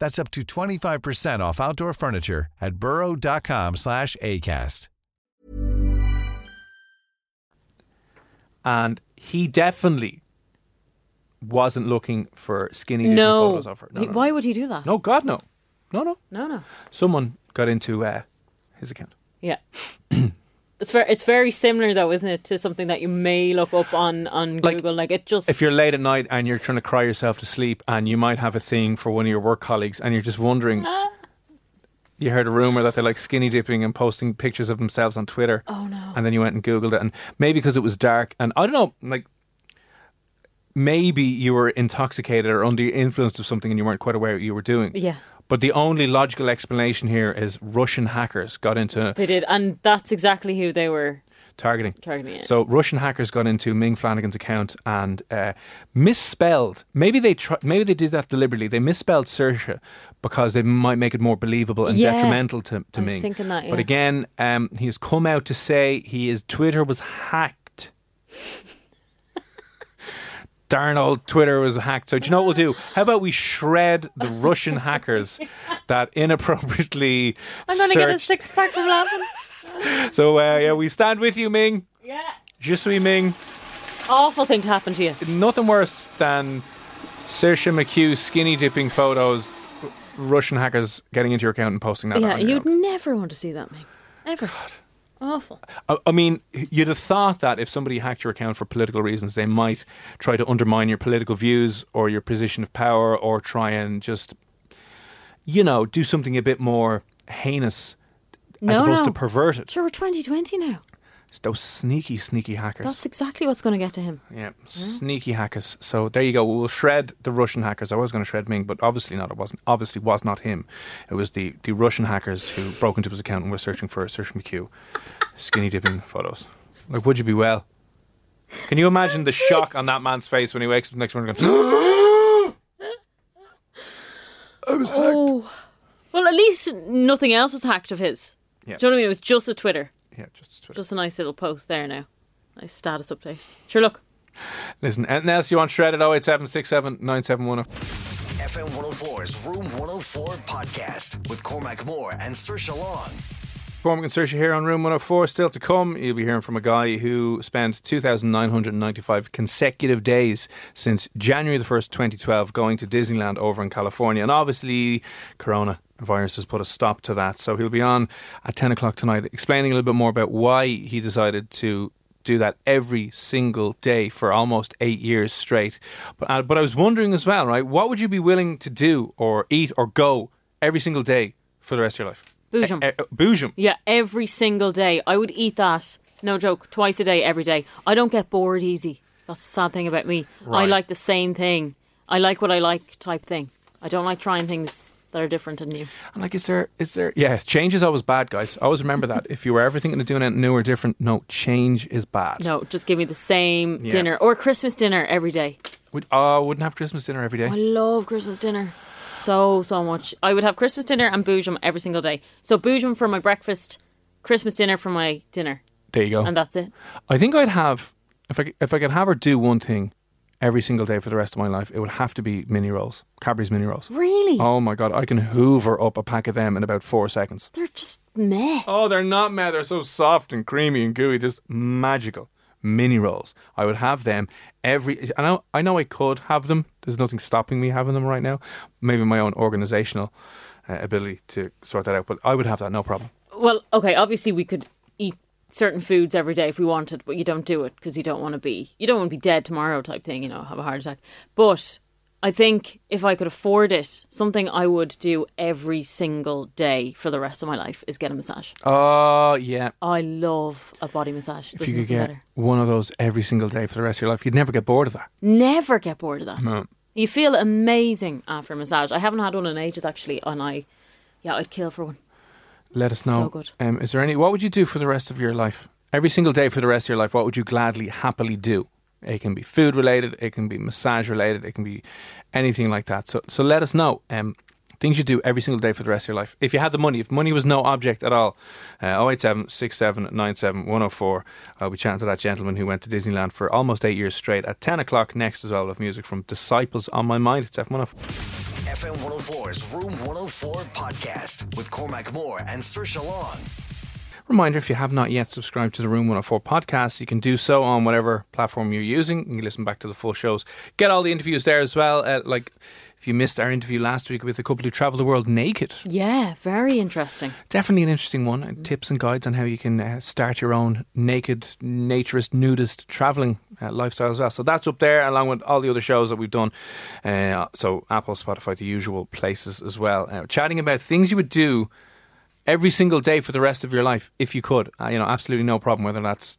Speaker 1: That's up to 25% off outdoor furniture at burrow.com slash ACAST.
Speaker 3: and he definitely wasn't looking for skinny dipping
Speaker 5: No.
Speaker 3: photos of her.
Speaker 5: He- Why would he do that?
Speaker 3: No, God, no, no, no.
Speaker 5: No, no.
Speaker 3: Someone got into uh, his account.
Speaker 5: Yeah. It's very, it's very similar though, isn't it, to something that you may look up on on
Speaker 3: Like,
Speaker 5: Google. Like it just
Speaker 3: If you're late at night and you're trying to cry yourself to sleep, and you might have a thing for one of your work colleagues, and you're just wondering,
Speaker 5: Ah.
Speaker 3: you heard a rumor that they're like skinny dipping and posting pictures of themselves on Twitter.
Speaker 5: oh no,
Speaker 3: and then you went and googled it and maybe because it was dark and i don't know like maybe you were intoxicated or under the influence of something and you weren't quite aware what you were doing
Speaker 5: Yeah.
Speaker 3: but the only logical explanation here is russian hackers got into
Speaker 5: they did, and that's exactly who they were
Speaker 3: targeting
Speaker 5: targeting. It.
Speaker 3: so russian hackers got into ming flanagan's account and uh, misspelled maybe they tr- maybe they did that deliberately they misspelled sersha because they might make it more believable and
Speaker 5: Yeah.
Speaker 3: detrimental to, to
Speaker 5: I was
Speaker 3: ming
Speaker 5: thinking that,
Speaker 3: but
Speaker 5: yeah.
Speaker 3: again um, he has come out to say he is twitter was hacked darn old Twitter was hacked. So do you know what we'll do? How about we shred the Russian hackers that inappropriately
Speaker 5: I'm gonna get a
Speaker 3: searched-
Speaker 5: six pack from laughing.
Speaker 3: So uh, yeah, we stand with you, Ming.
Speaker 5: yeah,
Speaker 3: Je suis Ming.
Speaker 5: awful thing to happen to you.
Speaker 3: Nothing worse than Saoirse McHugh skinny dipping photos. r- Russian hackers getting into your account and posting that.
Speaker 5: yeah,
Speaker 3: on your
Speaker 5: you'd
Speaker 3: account.
Speaker 5: never want to see that thing ever. Awful.
Speaker 3: I- I mean, you'd have thought that if somebody hacked your account for political reasons, they might try to undermine your political views or your position of power or try and just, you know, do something a bit more heinous as
Speaker 5: No,
Speaker 3: opposed
Speaker 5: no.
Speaker 3: to perverted.
Speaker 5: Sure, we're 2020 now.
Speaker 3: It's those sneaky, sneaky hackers.
Speaker 5: That's exactly what's going to get to him.
Speaker 3: yeah, sneaky hackers. So there you go. We'll shred the Russian hackers. I was going to shred Ming, but obviously not. It wasn't. Obviously was not him. It was the, the Russian hackers who broke into his account and were searching for Saoirse McHugh skinny dipping photos. Like, would you be well? Can you imagine the shock on that man's face when he wakes up next morning? and Goes,
Speaker 5: Oh, well, at least nothing else was hacked of his.
Speaker 3: Yeah.
Speaker 5: Do you know what I mean? It was just a Twitter,
Speaker 3: yeah, just Twitter.
Speaker 5: just a nice little post there now. Nice status update. Sure, look.
Speaker 3: Listen, anything else you want shredded? 08767 971.
Speaker 2: FM 104's Room 104 podcast with Cormac Moore and Sir Long.
Speaker 3: Cormac and Saoirse here on Room 104. Still to come, you'll be hearing from a guy who spent 2,995 consecutive days since January the 1st, 2012, going to Disneyland over in California. And obviously, Corona virus has put a stop to that. So he'll be on at 10 o'clock tonight explaining a little bit more about why he decided to do that every single day for almost eight years straight. But, uh, but I was wondering as well, right? What would you be willing to do or eat or go every single day for the rest of your life?
Speaker 5: Boojum.
Speaker 3: Eh, eh, Boojum.
Speaker 5: Yeah, every single day. I would eat that, no joke, twice a day, every day. I don't get bored easy. That's the sad thing about me. I
Speaker 3: Right.
Speaker 5: like the same thing. I like what I like type thing. I don't like trying things that are different than you.
Speaker 3: I'm like, is there, is there, yeah, change is always bad, guys. Always remember that. if you were ever thinking of doing anything new or different, no, change is bad.
Speaker 5: No, just give me the same
Speaker 3: Yeah.
Speaker 5: dinner or Christmas dinner every day.
Speaker 3: We'd, oh, I wouldn't have Christmas dinner every day.
Speaker 5: I love Christmas dinner so, so much. I would have Christmas dinner and boojum every single day. So, boojum for my breakfast, Christmas dinner for my dinner,
Speaker 3: There you go.
Speaker 5: and that's it.
Speaker 3: I think I'd have, if I, c- if I could have her do one thing every single day for the rest of my life, it would have to be mini rolls, Cadbury's mini rolls.
Speaker 5: Really?
Speaker 3: Oh my God, I can hoover up a pack of them in about four seconds.
Speaker 5: They're just meh.
Speaker 3: Oh, they're not mad. They're so soft and creamy and gooey, just magical. Mini rolls. I would have them every. I know. I know. I could have them. There's nothing stopping me having them right now. Maybe my own organizational uh, ability to sort that out. But I would have that no problem.
Speaker 5: Well, okay, obviously we could eat certain foods every day if we wanted, but you don't do it because you don't want to be you don't want to be dead tomorrow type thing, you know, have a heart attack. But I think if I could afford it, something I would do every single day for the rest of my life is get a massage.
Speaker 3: Oh yeah.
Speaker 5: I love a body massage.
Speaker 3: If
Speaker 5: There's
Speaker 3: you could
Speaker 5: nothing
Speaker 3: get
Speaker 5: better.
Speaker 3: one of those every single day for the rest of your life, you'd never get bored of that.
Speaker 5: Never get bored of that.
Speaker 3: No.
Speaker 5: You feel amazing after a massage. I haven't had one in ages actually, and I yeah, I'd kill for one.
Speaker 3: Let us
Speaker 5: So
Speaker 3: know.
Speaker 5: good.
Speaker 3: Um, is there any? What would you do for the rest of your life? Every single day for the rest of your life, what would you gladly, happily do? It can be food related. It can be massage related. It can be anything like that. So, so let us know. Um, Things you do every single day for the rest of your life. If you had the money, if money was no object at all, uh, 087 67 97 104. I'll be chatting to that gentleman who went to Disneyland for almost eight years straight at 10 o'clock next as well. We'll have music from Disciples on My Mind. It's F104.
Speaker 2: FM 104's Room 104 podcast with Cormac Moore and Sir Long.
Speaker 3: Reminder if you have not yet subscribed to the Room 104 podcast, you can do so on whatever platform you're using. You can listen back to the full shows. Get all the interviews there as well. Uh, like if you missed our interview last week with a couple who travel the world naked,
Speaker 5: Yeah, very interesting.
Speaker 3: definitely an interesting one. And Tips and guides on how you can uh, start your own naked, naturist, nudist traveling uh, lifestyle as well. So that's up there, along with all the other shows that we've done. Uh, so Apple, Spotify, the usual places as well. Uh, chatting about things you would do every single day for the rest of your life if you could. Uh, you know, absolutely no problem. Whether that's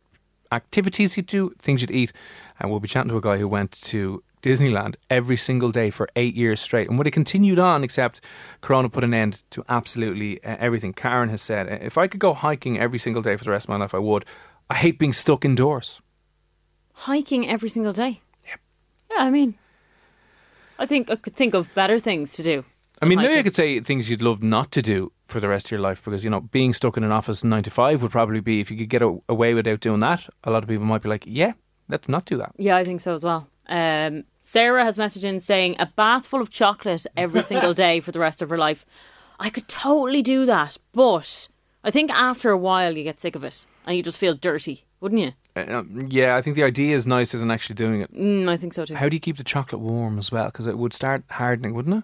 Speaker 3: activities you do, things you'd eat, and we'll be chatting to a guy who went to. Disneyland every single day for eight years straight. And what it continued on, except Corona put an end to absolutely uh, everything. Karen has said, if I could go hiking every single day for the rest of my life, I would. I hate being stuck indoors.
Speaker 5: Hiking every single day. Yep. Yeah, I mean, I think I could think of better things to do.
Speaker 3: I mean,
Speaker 5: than
Speaker 3: maybe I
Speaker 5: hiking.
Speaker 3: could say things you'd love not to do for the rest of your life because, you know, being stuck in an office nine to five would probably be, if you could get a- away without doing that, a lot of people might be like, yeah, let's not do that.
Speaker 5: Yeah, I think so as well. Um, Sarah has messaged in saying a bath full of chocolate every single day for the rest of her life. I could totally do that, but I think after a while you get sick of it and you just feel dirty, wouldn't you?
Speaker 3: Uh, um, yeah, I think the idea is nicer than actually doing it.
Speaker 5: Mm, I think so too.
Speaker 3: How do you keep the chocolate warm as well? Because it would start hardening, wouldn't it?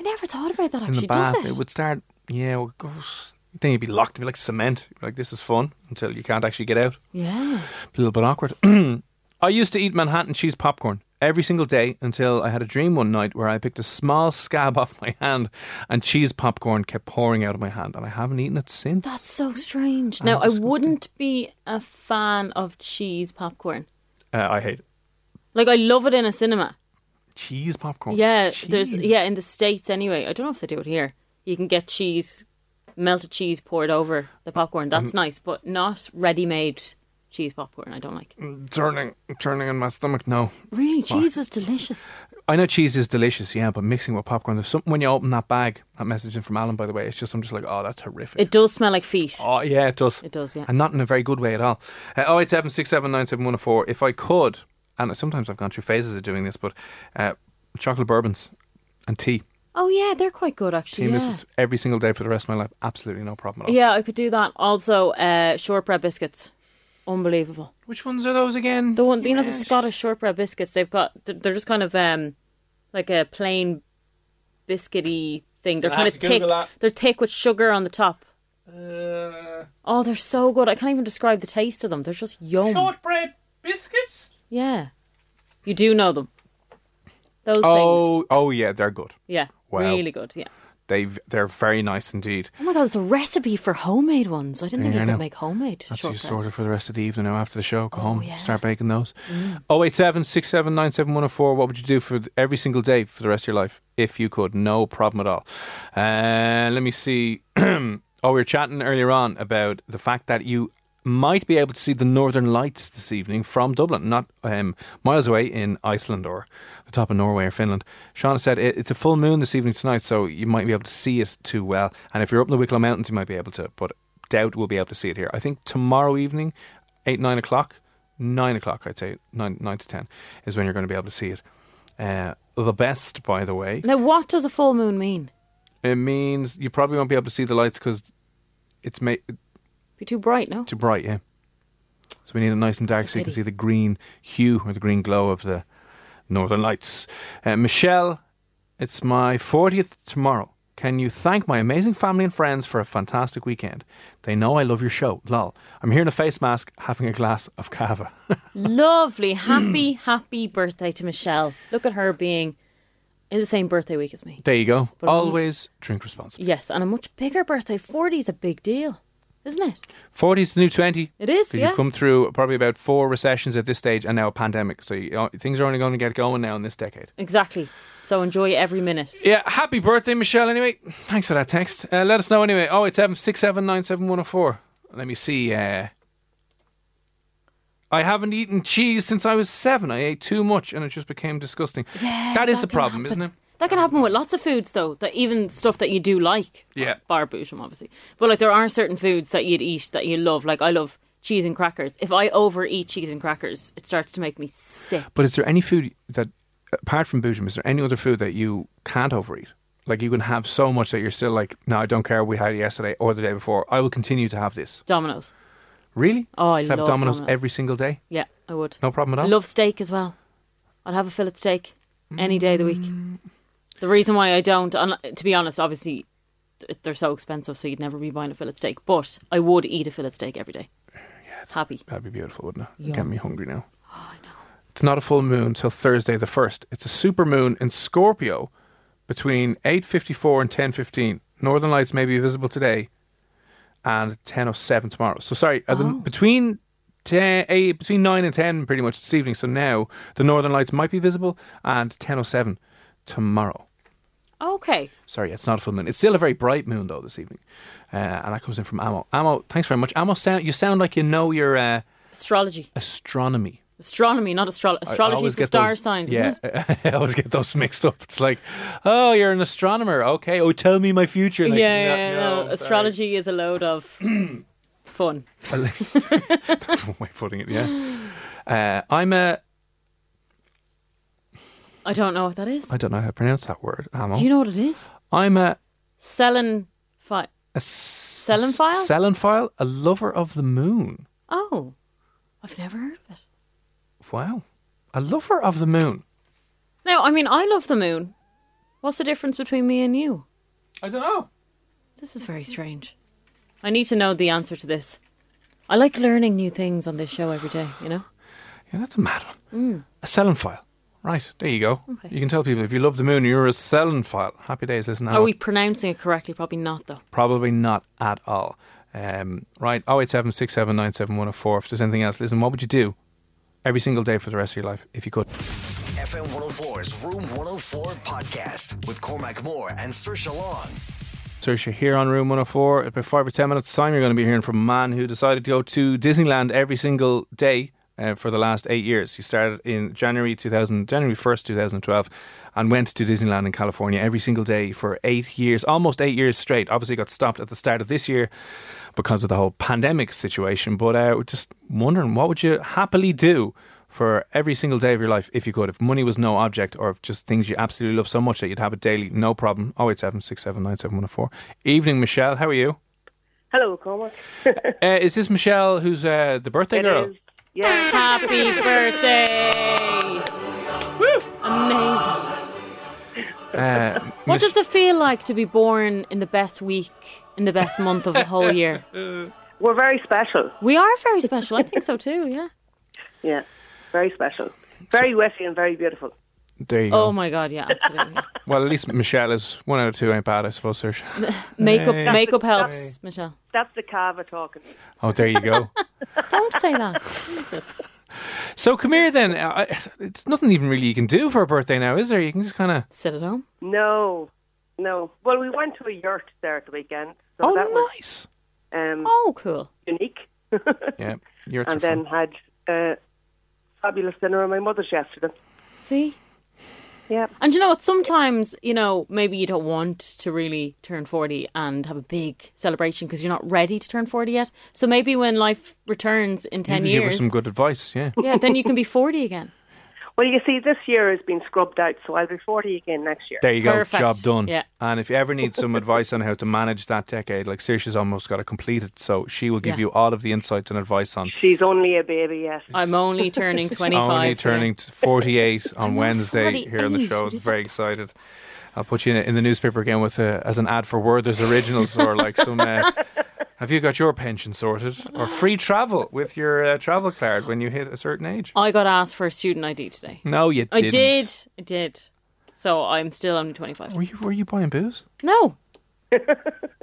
Speaker 5: I never thought about that
Speaker 3: in
Speaker 5: actually,
Speaker 3: the bath,
Speaker 5: does it?
Speaker 3: would start. Yeah, well, gosh. Then you'd be locked. You'd be like cement. You'd be like this is fun until you can't actually get out.
Speaker 5: yeah.
Speaker 3: A little bit awkward. I used to eat Manhattan cheese popcorn every single day until I had a dream one night where I picked a small scab off my hand and cheese popcorn kept pouring out of my hand, and I haven't eaten it since.
Speaker 5: That's so strange. Now, I wouldn't be a fan of cheese popcorn.
Speaker 3: Uh, I hate it.
Speaker 5: Like, I love it in a cinema.
Speaker 3: cheese popcorn.
Speaker 5: Yeah, there's
Speaker 3: Oh, Cheese.
Speaker 5: yeah in the states anyway. I don't know if they do it here. You can get cheese, melted cheese poured over the popcorn. That's nice, but not ready-made cheese popcorn. I don't like.
Speaker 3: Mm. turning, turning in my stomach. No,
Speaker 5: Really, cheese is delicious.
Speaker 3: I know cheese is delicious, yeah, but mixing with popcorn, there's something when you open that bag. That message in from Alan, by the way, it's just I'm just like, oh, that's horrific.
Speaker 5: It does smell like feet.
Speaker 3: Oh yeah, it does.
Speaker 5: It does, yeah.
Speaker 3: and not in a very good way at all. Oh eight seven six seven nine seven one oh four. If I could, and sometimes I've gone through phases of doing this, but uh, chocolate bourbons and tea,
Speaker 5: Oh yeah, they're quite good
Speaker 3: tea
Speaker 5: actually.
Speaker 3: and
Speaker 5: Yeah.
Speaker 3: biscuits every single day for the rest of my life. Absolutely no problem at all.
Speaker 5: yeah, I could do that. Also, uh, shortbread biscuits, unbelievable.
Speaker 3: Which ones are those again?
Speaker 5: The one, you know, the Scottish shortbread biscuits. They've got they're- they're just kind of um like a plain biscuity thing. They're
Speaker 3: I'll
Speaker 5: kind
Speaker 3: have
Speaker 5: of
Speaker 3: to
Speaker 5: thick.
Speaker 3: Google that.
Speaker 5: They're thick with sugar on the top.
Speaker 3: Uh,
Speaker 5: Oh, they're so good. I can't even describe the taste of them. They're just yum.
Speaker 3: shortbread biscuits.
Speaker 5: Yeah. You do know them. Those
Speaker 3: Oh,
Speaker 5: things.
Speaker 3: oh yeah, they're good.
Speaker 5: Yeah.
Speaker 3: Wow.
Speaker 5: Really good. Yeah.
Speaker 3: They they're very nice indeed.
Speaker 5: Oh my god, it's a recipe for homemade ones. I didn't
Speaker 3: Yeah,
Speaker 5: think
Speaker 3: I
Speaker 5: you could
Speaker 3: know.
Speaker 5: make homemade
Speaker 3: That's your
Speaker 5: shortbread.
Speaker 3: sorted for the rest of the evening now after the show. Go
Speaker 5: Oh,
Speaker 3: home,
Speaker 5: yeah. Mm.
Speaker 3: start baking those. Oh eight seven six seven nine seven one zero four. What would you do for th- every single day for the rest of your life if you could? No problem at all. Uh, let me see. oh, we were chatting earlier on about the fact that you might be able to see the Northern Lights this evening from Dublin, not um, miles away in Iceland or the top of Norway or Finland. Shauna said it, it's a full moon this evening tonight, so you might be able to see it too well. And if you're up in the Wicklow Mountains, you might be able to. But doubt we'll be able to see it here. I think tomorrow evening, eight nine o'clock, nine o'clock, I'd say nine nine to ten is when you're going to be able to see it. Uh, the best, by the way,
Speaker 5: Now, what does a full moon mean?
Speaker 3: it means you probably won't be able to see the lights because it's made
Speaker 5: Be too bright, no?
Speaker 3: too bright. Yeah, so we need it nice and dark
Speaker 5: That's a
Speaker 3: so you can
Speaker 5: pity.
Speaker 3: see the green hue or the green glow of the northern lights. Uh, Michelle, it's my fortieth tomorrow. Can you thank my amazing family and friends for a fantastic weekend? They know I love your show. Lol. I'm here in a face mask having a glass of cava.
Speaker 5: Lovely, happy, happy birthday to Michelle. Look at her being in the same birthday week as me.
Speaker 3: There you go.
Speaker 5: But I'm-
Speaker 3: Always drink responsibly.
Speaker 5: Yes, and a much bigger birthday. 40 is a big deal, isn't it?
Speaker 3: 40 is the new 20.
Speaker 5: It is,
Speaker 3: 'Cause
Speaker 5: yeah.
Speaker 3: You've come through probably about four recessions at this stage and now a pandemic. So you, things are only going to get going now in this decade.
Speaker 5: Exactly. So enjoy every minute.
Speaker 3: Yeah, happy birthday, Michelle, anyway. Thanks for that text. Uh, let us know anyway. 087 Let me see. Uh, I haven't eaten cheese since I was seven. I ate too much and it just became disgusting.
Speaker 5: Yeah,
Speaker 3: that is
Speaker 5: that
Speaker 3: the
Speaker 5: can
Speaker 3: problem,
Speaker 5: happen.
Speaker 3: isn't it?
Speaker 5: That can happen with lots of foods, though. That even stuff that you do like,
Speaker 3: Yeah.
Speaker 5: bar bootrum, obviously. But like, there are certain foods that you'd eat that you love. Like, I love cheese and crackers. If I overeat cheese and crackers, it starts to make me sick.
Speaker 3: But is there any food that, apart from Boojum, is there any other food that you can't overeat? Like you can have so much that you're still like, no, I don't care. We had it yesterday or the day before. I will continue to have this.
Speaker 5: Dominoes.
Speaker 3: Really?
Speaker 5: Oh, I
Speaker 3: You'd have
Speaker 5: love
Speaker 3: Domino's,
Speaker 5: Domino's.
Speaker 3: every single day.
Speaker 5: Yeah, I would.
Speaker 3: No problem at
Speaker 5: I
Speaker 3: all.
Speaker 5: love steak as well. I'd have a fillet steak any day of the week.
Speaker 3: Mm.
Speaker 5: The reason why I don't, and uh, to be honest, obviously th- they're so expensive, so you'd never be buying a fillet steak. But I would eat a fillet steak every day. Happy.
Speaker 3: That'd be beautiful, wouldn't it? Get me hungry now. Oh, I know. It's not a full moon till Thursday the first. It's a super moon in Scorpio between eight fifty four and ten fifteen. Northern lights may be visible today, and ten oh seven tomorrow. So sorry, uh, the, between. 10, eh, between 9 and 10 pretty much this evening so now the northern lights might be visible and 10.07 tomorrow
Speaker 5: Okay.
Speaker 3: Sorry, it's not a full moon. It's still a very bright moon though this evening, uh, and that comes in from Amo. Amo, thanks very much. Amo, sound you sound like you know your uh,
Speaker 5: Astrology.
Speaker 3: astronomy.
Speaker 5: Astronomy, not astrology.
Speaker 3: I- I
Speaker 5: Astrology
Speaker 3: always
Speaker 5: is the
Speaker 3: get
Speaker 5: star
Speaker 3: those-
Speaker 5: signs,
Speaker 3: yeah,
Speaker 5: isn't it?
Speaker 3: I always get those mixed up. It's like, oh, you're an astronomer. Okay, oh, tell me my future. Like,
Speaker 5: yeah,
Speaker 3: no,
Speaker 5: yeah,
Speaker 3: no,
Speaker 5: no,
Speaker 3: sorry.
Speaker 5: Astrology is a load of fun.
Speaker 3: That's one way of putting it. Yeah, uh, I'm a.
Speaker 5: I don't know what that is.
Speaker 3: I don't know how to pronounce that word. Amo.
Speaker 5: Do you know what it is?
Speaker 3: I'm a.
Speaker 5: Selling fi-
Speaker 3: a
Speaker 5: Selenophile?
Speaker 3: Selenphile, a lover of the moon.
Speaker 5: Oh, I've never heard of it.
Speaker 3: Wow, a lover of the moon.
Speaker 5: No, I mean I love the moon. What's the difference between me and you?
Speaker 3: I don't know.
Speaker 5: This is very strange. I need to know the answer to this. I like learning new things on this show every day, you know?
Speaker 3: Yeah, that's a mad one.
Speaker 5: Mm.
Speaker 3: A selenophile. Right, there you go. You can tell people if you love the moon, you're a selenophile. Happy days, listen now.
Speaker 5: Are we pronouncing it correctly? Probably not though.
Speaker 3: Probably not at all. Um, right, 087 If there's anything else, listen, what would you do every single day for the rest of your life if you could?
Speaker 2: FM 104's Room 104 podcast with Cormac Moore and Sir Long.
Speaker 3: Saoirse here on Room 104. About five or ten minutes' time, you're going to be hearing from a man who decided to go to Disneyland every single day uh, for the last eight years. He started in January 2000, January 1st, 2012, and went to Disneyland in California every single day for eight years, almost eight years straight. Obviously, got stopped at the start of this year because of the whole pandemic situation. But uh, we're just wondering, what would you happily do? For every single day of your life, if you could, if money was no object, or if just things you absolutely love so much that you'd have it daily, no problem. 087 Evening, Michelle. How are you?
Speaker 10: Hello, Cormac.
Speaker 3: Uh, is this Michelle who's uh, the birthday girl?
Speaker 10: It is. Yeah.
Speaker 5: Happy birthday! Amazing.
Speaker 3: Uh,
Speaker 5: What
Speaker 3: Mich-
Speaker 5: does it feel like to be born in the best week, in the best month of the whole year?
Speaker 10: We're very special.
Speaker 5: We are very special. I think so too, yeah.
Speaker 10: Yeah. Very special. Very witty and very beautiful.
Speaker 3: there you go.
Speaker 5: Oh my god, yeah, absolutely.
Speaker 3: well, at least Michelle is one out of two ain't bad, I suppose. Sir.
Speaker 5: Makeup
Speaker 3: Hey.
Speaker 5: makeup helps, Michelle.
Speaker 10: That's the Cava talking.
Speaker 3: Oh, there you go.
Speaker 5: Don't say that. Jesus.
Speaker 3: so come here then. Uh, I- it's nothing even really you can do for a birthday now, is there? You can just kind of.
Speaker 5: Sit at home.
Speaker 10: No. No. Well, we went to a yurt there at the weekend. So
Speaker 3: Oh,
Speaker 10: that was
Speaker 3: nice.
Speaker 10: um,
Speaker 5: Oh, cool.
Speaker 10: unique.
Speaker 3: Yeah, you're
Speaker 10: and then had uh, fabulous dinner at my mother's yesterday.
Speaker 5: See?
Speaker 10: Yeah.
Speaker 5: And you know what? Sometimes, you know, maybe you don't want to really turn 40 and have a big celebration because you're not ready to turn 40 yet. So maybe when life returns in
Speaker 3: you
Speaker 5: 10
Speaker 3: can give her
Speaker 5: years,
Speaker 3: some good advice. Yeah.
Speaker 5: yeah, then you can be 40 again.
Speaker 10: Well, you see, this year has been scrubbed out, so I'll be 40 again next year.
Speaker 3: There you
Speaker 5: Perfect.
Speaker 3: go, job done.
Speaker 5: Yeah.
Speaker 3: And if you ever need some advice on how to manage that decade, like Saoirse's almost got it completed, so she will give
Speaker 5: Yeah.
Speaker 3: you all of the insights and advice on
Speaker 10: She's only a baby yet.
Speaker 5: I'm only turning 25.
Speaker 3: only
Speaker 5: today.
Speaker 3: turning to 48 on Wednesday
Speaker 5: 48.
Speaker 3: here on the show.
Speaker 5: What is
Speaker 3: Very excited. I'll put you in, in the newspaper again with a, as an ad for Werther's Originals or like some. Uh, have you got your pension sorted or free travel with your uh, travel card when you hit a certain age?
Speaker 5: I got asked for a student ID today.
Speaker 3: No, you
Speaker 5: I
Speaker 3: didn't.
Speaker 5: did. I did. So I'm still only 25.
Speaker 3: Were you were you buying booze?
Speaker 5: No.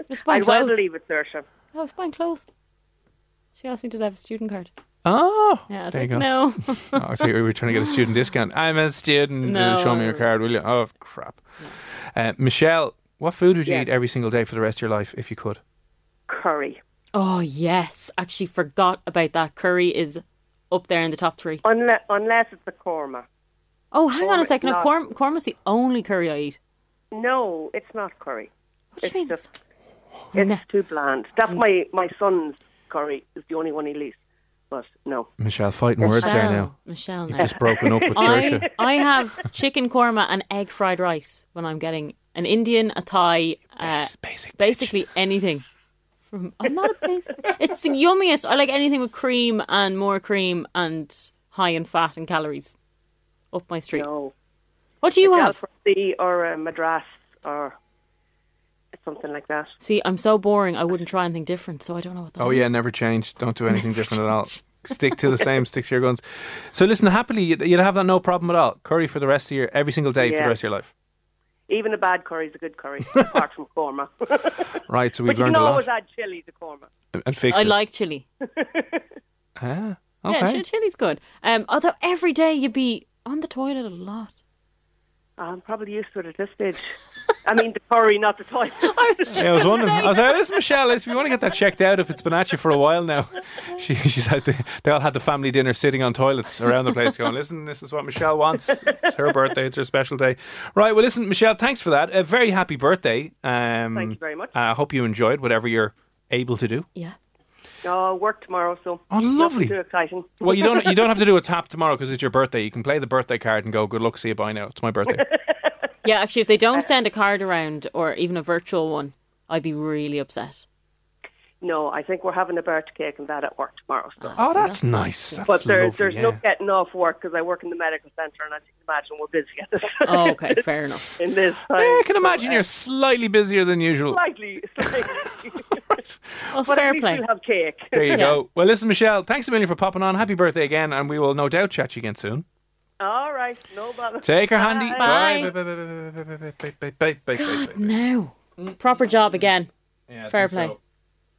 Speaker 5: Just buying
Speaker 10: I'd rather
Speaker 5: clothes.
Speaker 10: leave it, Saoirse.
Speaker 5: I was buying clothes. She asked me, did I have a student card?
Speaker 3: Oh,
Speaker 5: Yeah, I was
Speaker 3: there
Speaker 5: like,
Speaker 3: you go.
Speaker 5: no.
Speaker 3: Oh, I thought you were trying to get a student discount. I'm a student.
Speaker 5: No.
Speaker 3: Show me your card, will you? Oh crap. Uh, Michelle, what food would you
Speaker 10: Yeah.
Speaker 3: eat every single day for the rest of your life if you could?
Speaker 10: Curry.
Speaker 5: Oh yes, actually forgot about that. Curry is up there in the top three.
Speaker 10: Unless, unless it's a korma.
Speaker 5: Oh, hang on a
Speaker 10: Cormac's
Speaker 5: second. Now,
Speaker 10: not-
Speaker 5: Corm- Cormac's the only curry I eat.
Speaker 10: No, it's not curry.
Speaker 5: What do you mean?
Speaker 10: It's, just, it's
Speaker 5: No.
Speaker 10: too bland.
Speaker 3: Mm.
Speaker 10: That's my, my son's curry. is the only one he leaves. But no.
Speaker 3: Michelle, fighting words there now.
Speaker 5: Michelle,
Speaker 3: You've
Speaker 5: now.
Speaker 3: just broken up with Saoirse.
Speaker 5: I, I have chicken korma and egg fried rice when I'm getting an Indian, a Thai, uh,
Speaker 3: Bas- basic
Speaker 5: basically anything. From I'm not a basic. It's the yummiest. I like anything with cream and more cream and high in fat and calories. Up my street.
Speaker 10: No.
Speaker 5: What do you have?
Speaker 10: Galfrey or a madras or something like that.
Speaker 5: See, I'm so boring. I wouldn't try anything different, so I don't know what that
Speaker 3: Oh
Speaker 5: is.
Speaker 3: yeah, never change. Don't do anything different at all. Stick to the same. Stick to your guns. So listen, happily you'd, you'd have that no problem at all. Curry for the rest of your every single day for the
Speaker 10: Yeah.
Speaker 3: rest of your life.
Speaker 10: Even a bad curry is a good curry, apart from korma.
Speaker 3: Right. So we've
Speaker 10: but you can
Speaker 3: learned a lot
Speaker 10: always add chili to korma.
Speaker 3: and fix
Speaker 5: I
Speaker 3: it.
Speaker 5: like chili.
Speaker 3: Ah,
Speaker 5: Yeah,
Speaker 3: okay.
Speaker 5: chi- chili's good. Um, although every day you'd be on the toilet a lot.
Speaker 10: I'm probably used to it at this stage. I mean, the curry, not the toilet.
Speaker 5: I was just
Speaker 3: Yeah, I was
Speaker 5: gonna
Speaker 3: wondering.
Speaker 5: say
Speaker 3: I was like, "Listen, Michelle, if you want to get that checked out, if it's been at you for a while now, she, she's had the, they all had the family dinner sitting on toilets around the place, going, "Listen, this is what Michelle wants. It's her birthday. It's her special day." Right. Well, listen, Michelle, thanks for that. A very happy birthday. Um,
Speaker 10: Thank you very much.
Speaker 3: I hope you enjoyed whatever you're able to do.
Speaker 5: Yeah.
Speaker 10: No, work tomorrow, so.
Speaker 3: Oh, lovely.
Speaker 10: nothing Too exciting.
Speaker 3: Well, you don't you don't have to do a tap tomorrow because it's your birthday. You can play the birthday card and go, "Good luck, see you bye now. It's my birthday."
Speaker 5: Yeah, actually, if they don't send a card around or even a virtual one, I'd be really upset.
Speaker 10: No, I think we're having a birthday cake and that at work tomorrow. So.
Speaker 3: oh, that's, nice. That's
Speaker 10: but there,
Speaker 3: lovely,
Speaker 10: there's
Speaker 3: yeah.
Speaker 10: no getting off work because I work in the medical centre, and as you can imagine, we're busy at this.
Speaker 5: Oh, okay, fair enough.
Speaker 10: in this time.
Speaker 3: Yeah, I can imagine
Speaker 7: uh,
Speaker 3: you're slightly busier than usual.
Speaker 10: Slightly, slightly.
Speaker 5: Well,
Speaker 10: but at
Speaker 5: fair
Speaker 10: least
Speaker 5: play.
Speaker 10: we'll have cake.
Speaker 3: There you
Speaker 5: Yeah.
Speaker 3: go. Well, listen, Michelle, thanks a million for popping on. Happy birthday again, and we will no doubt chat you again soon.
Speaker 10: All right, no bother.
Speaker 3: Take her handy.
Speaker 5: Bye.
Speaker 3: Bye, bye, bye, bye, bye, bye, bye, bye, bye, bye, bye.
Speaker 5: No. Proper job again.
Speaker 3: Yeah, I
Speaker 5: Fair
Speaker 3: think
Speaker 5: play.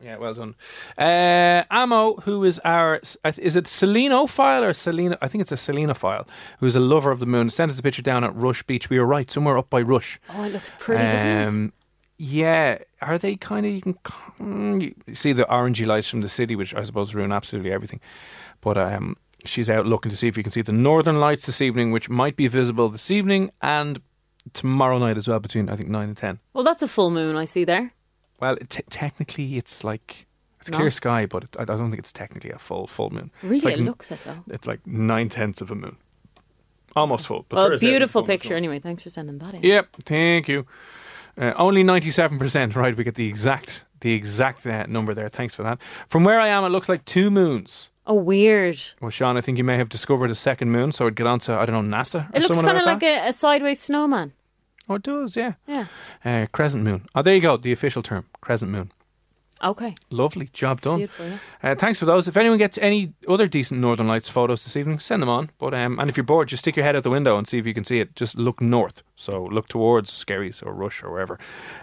Speaker 3: Yeah, well done. Uh, Amo, who is our, is it Selenophile or Selena? I think it's a Selenophile, who's a lover of the moon. Sent us a picture down at Rush Beach. We were right, somewhere up by Rush.
Speaker 5: Oh, it looks pretty, doesn't it?
Speaker 3: Um, Yeah, are they kind of you can mm, you see the orangey lights from the city, which I suppose ruin absolutely everything. But um, she's out looking to see if you can see the northern lights this evening, which might be visible this evening and tomorrow night as well, between I think nine and ten.
Speaker 5: Well, that's a full moon I see there.
Speaker 3: Well, t- technically it's like it's
Speaker 5: No.
Speaker 3: clear sky, but it, I don't think it's technically a full full moon. It's
Speaker 5: Really,
Speaker 3: like
Speaker 5: it
Speaker 3: n-
Speaker 5: looks it though.
Speaker 3: It's like nine tenths of a moon, almost full. But there
Speaker 5: Well,
Speaker 3: is definitely
Speaker 5: beautiful
Speaker 3: full moon.
Speaker 5: picture. Anyway, thanks for sending that in.
Speaker 3: Yep, thank you. Uh, only ninety-seven percent. Right, we get the exact the exact uh, number there. Thanks for that. From where I am, it looks like two moons.
Speaker 5: Oh, weird.
Speaker 3: Well, Sean, I think you may have discovered a second moon, so I'd get onto I don't know NASA. Or
Speaker 5: It looks
Speaker 3: someone
Speaker 5: kind of
Speaker 3: like
Speaker 5: like
Speaker 3: that.
Speaker 5: a, a sideways snowman.
Speaker 3: Oh, it does, yeah.
Speaker 5: Yeah.
Speaker 3: Uh, crescent moon. Oh, there you go. The official term, crescent moon.
Speaker 5: Okay.
Speaker 3: Lovely job done.
Speaker 5: Beautiful, yeah.
Speaker 3: Uh, thanks for those. If anyone gets any other decent Northern Lights photos this evening, send them on. But um, and if you're bored, just stick your head out the window and see if you can see it. Just look north, so look towards Skerries or Rush or wherever.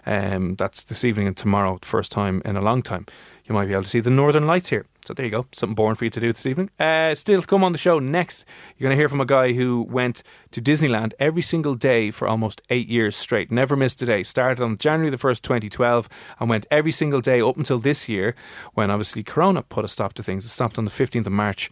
Speaker 3: Um, that's this evening and tomorrow, first time in a long time. You might be able to see the Northern Lights here. So there you go, something boring for you to do this evening. Uh, still to come on the show next. You're going to hear from a guy who went to Disneyland every single day for almost eight years straight. Never missed a day. Started on January the 1st, 2012, and went every single day up until this year when obviously Corona put a stop to things. It stopped on the 15th of March.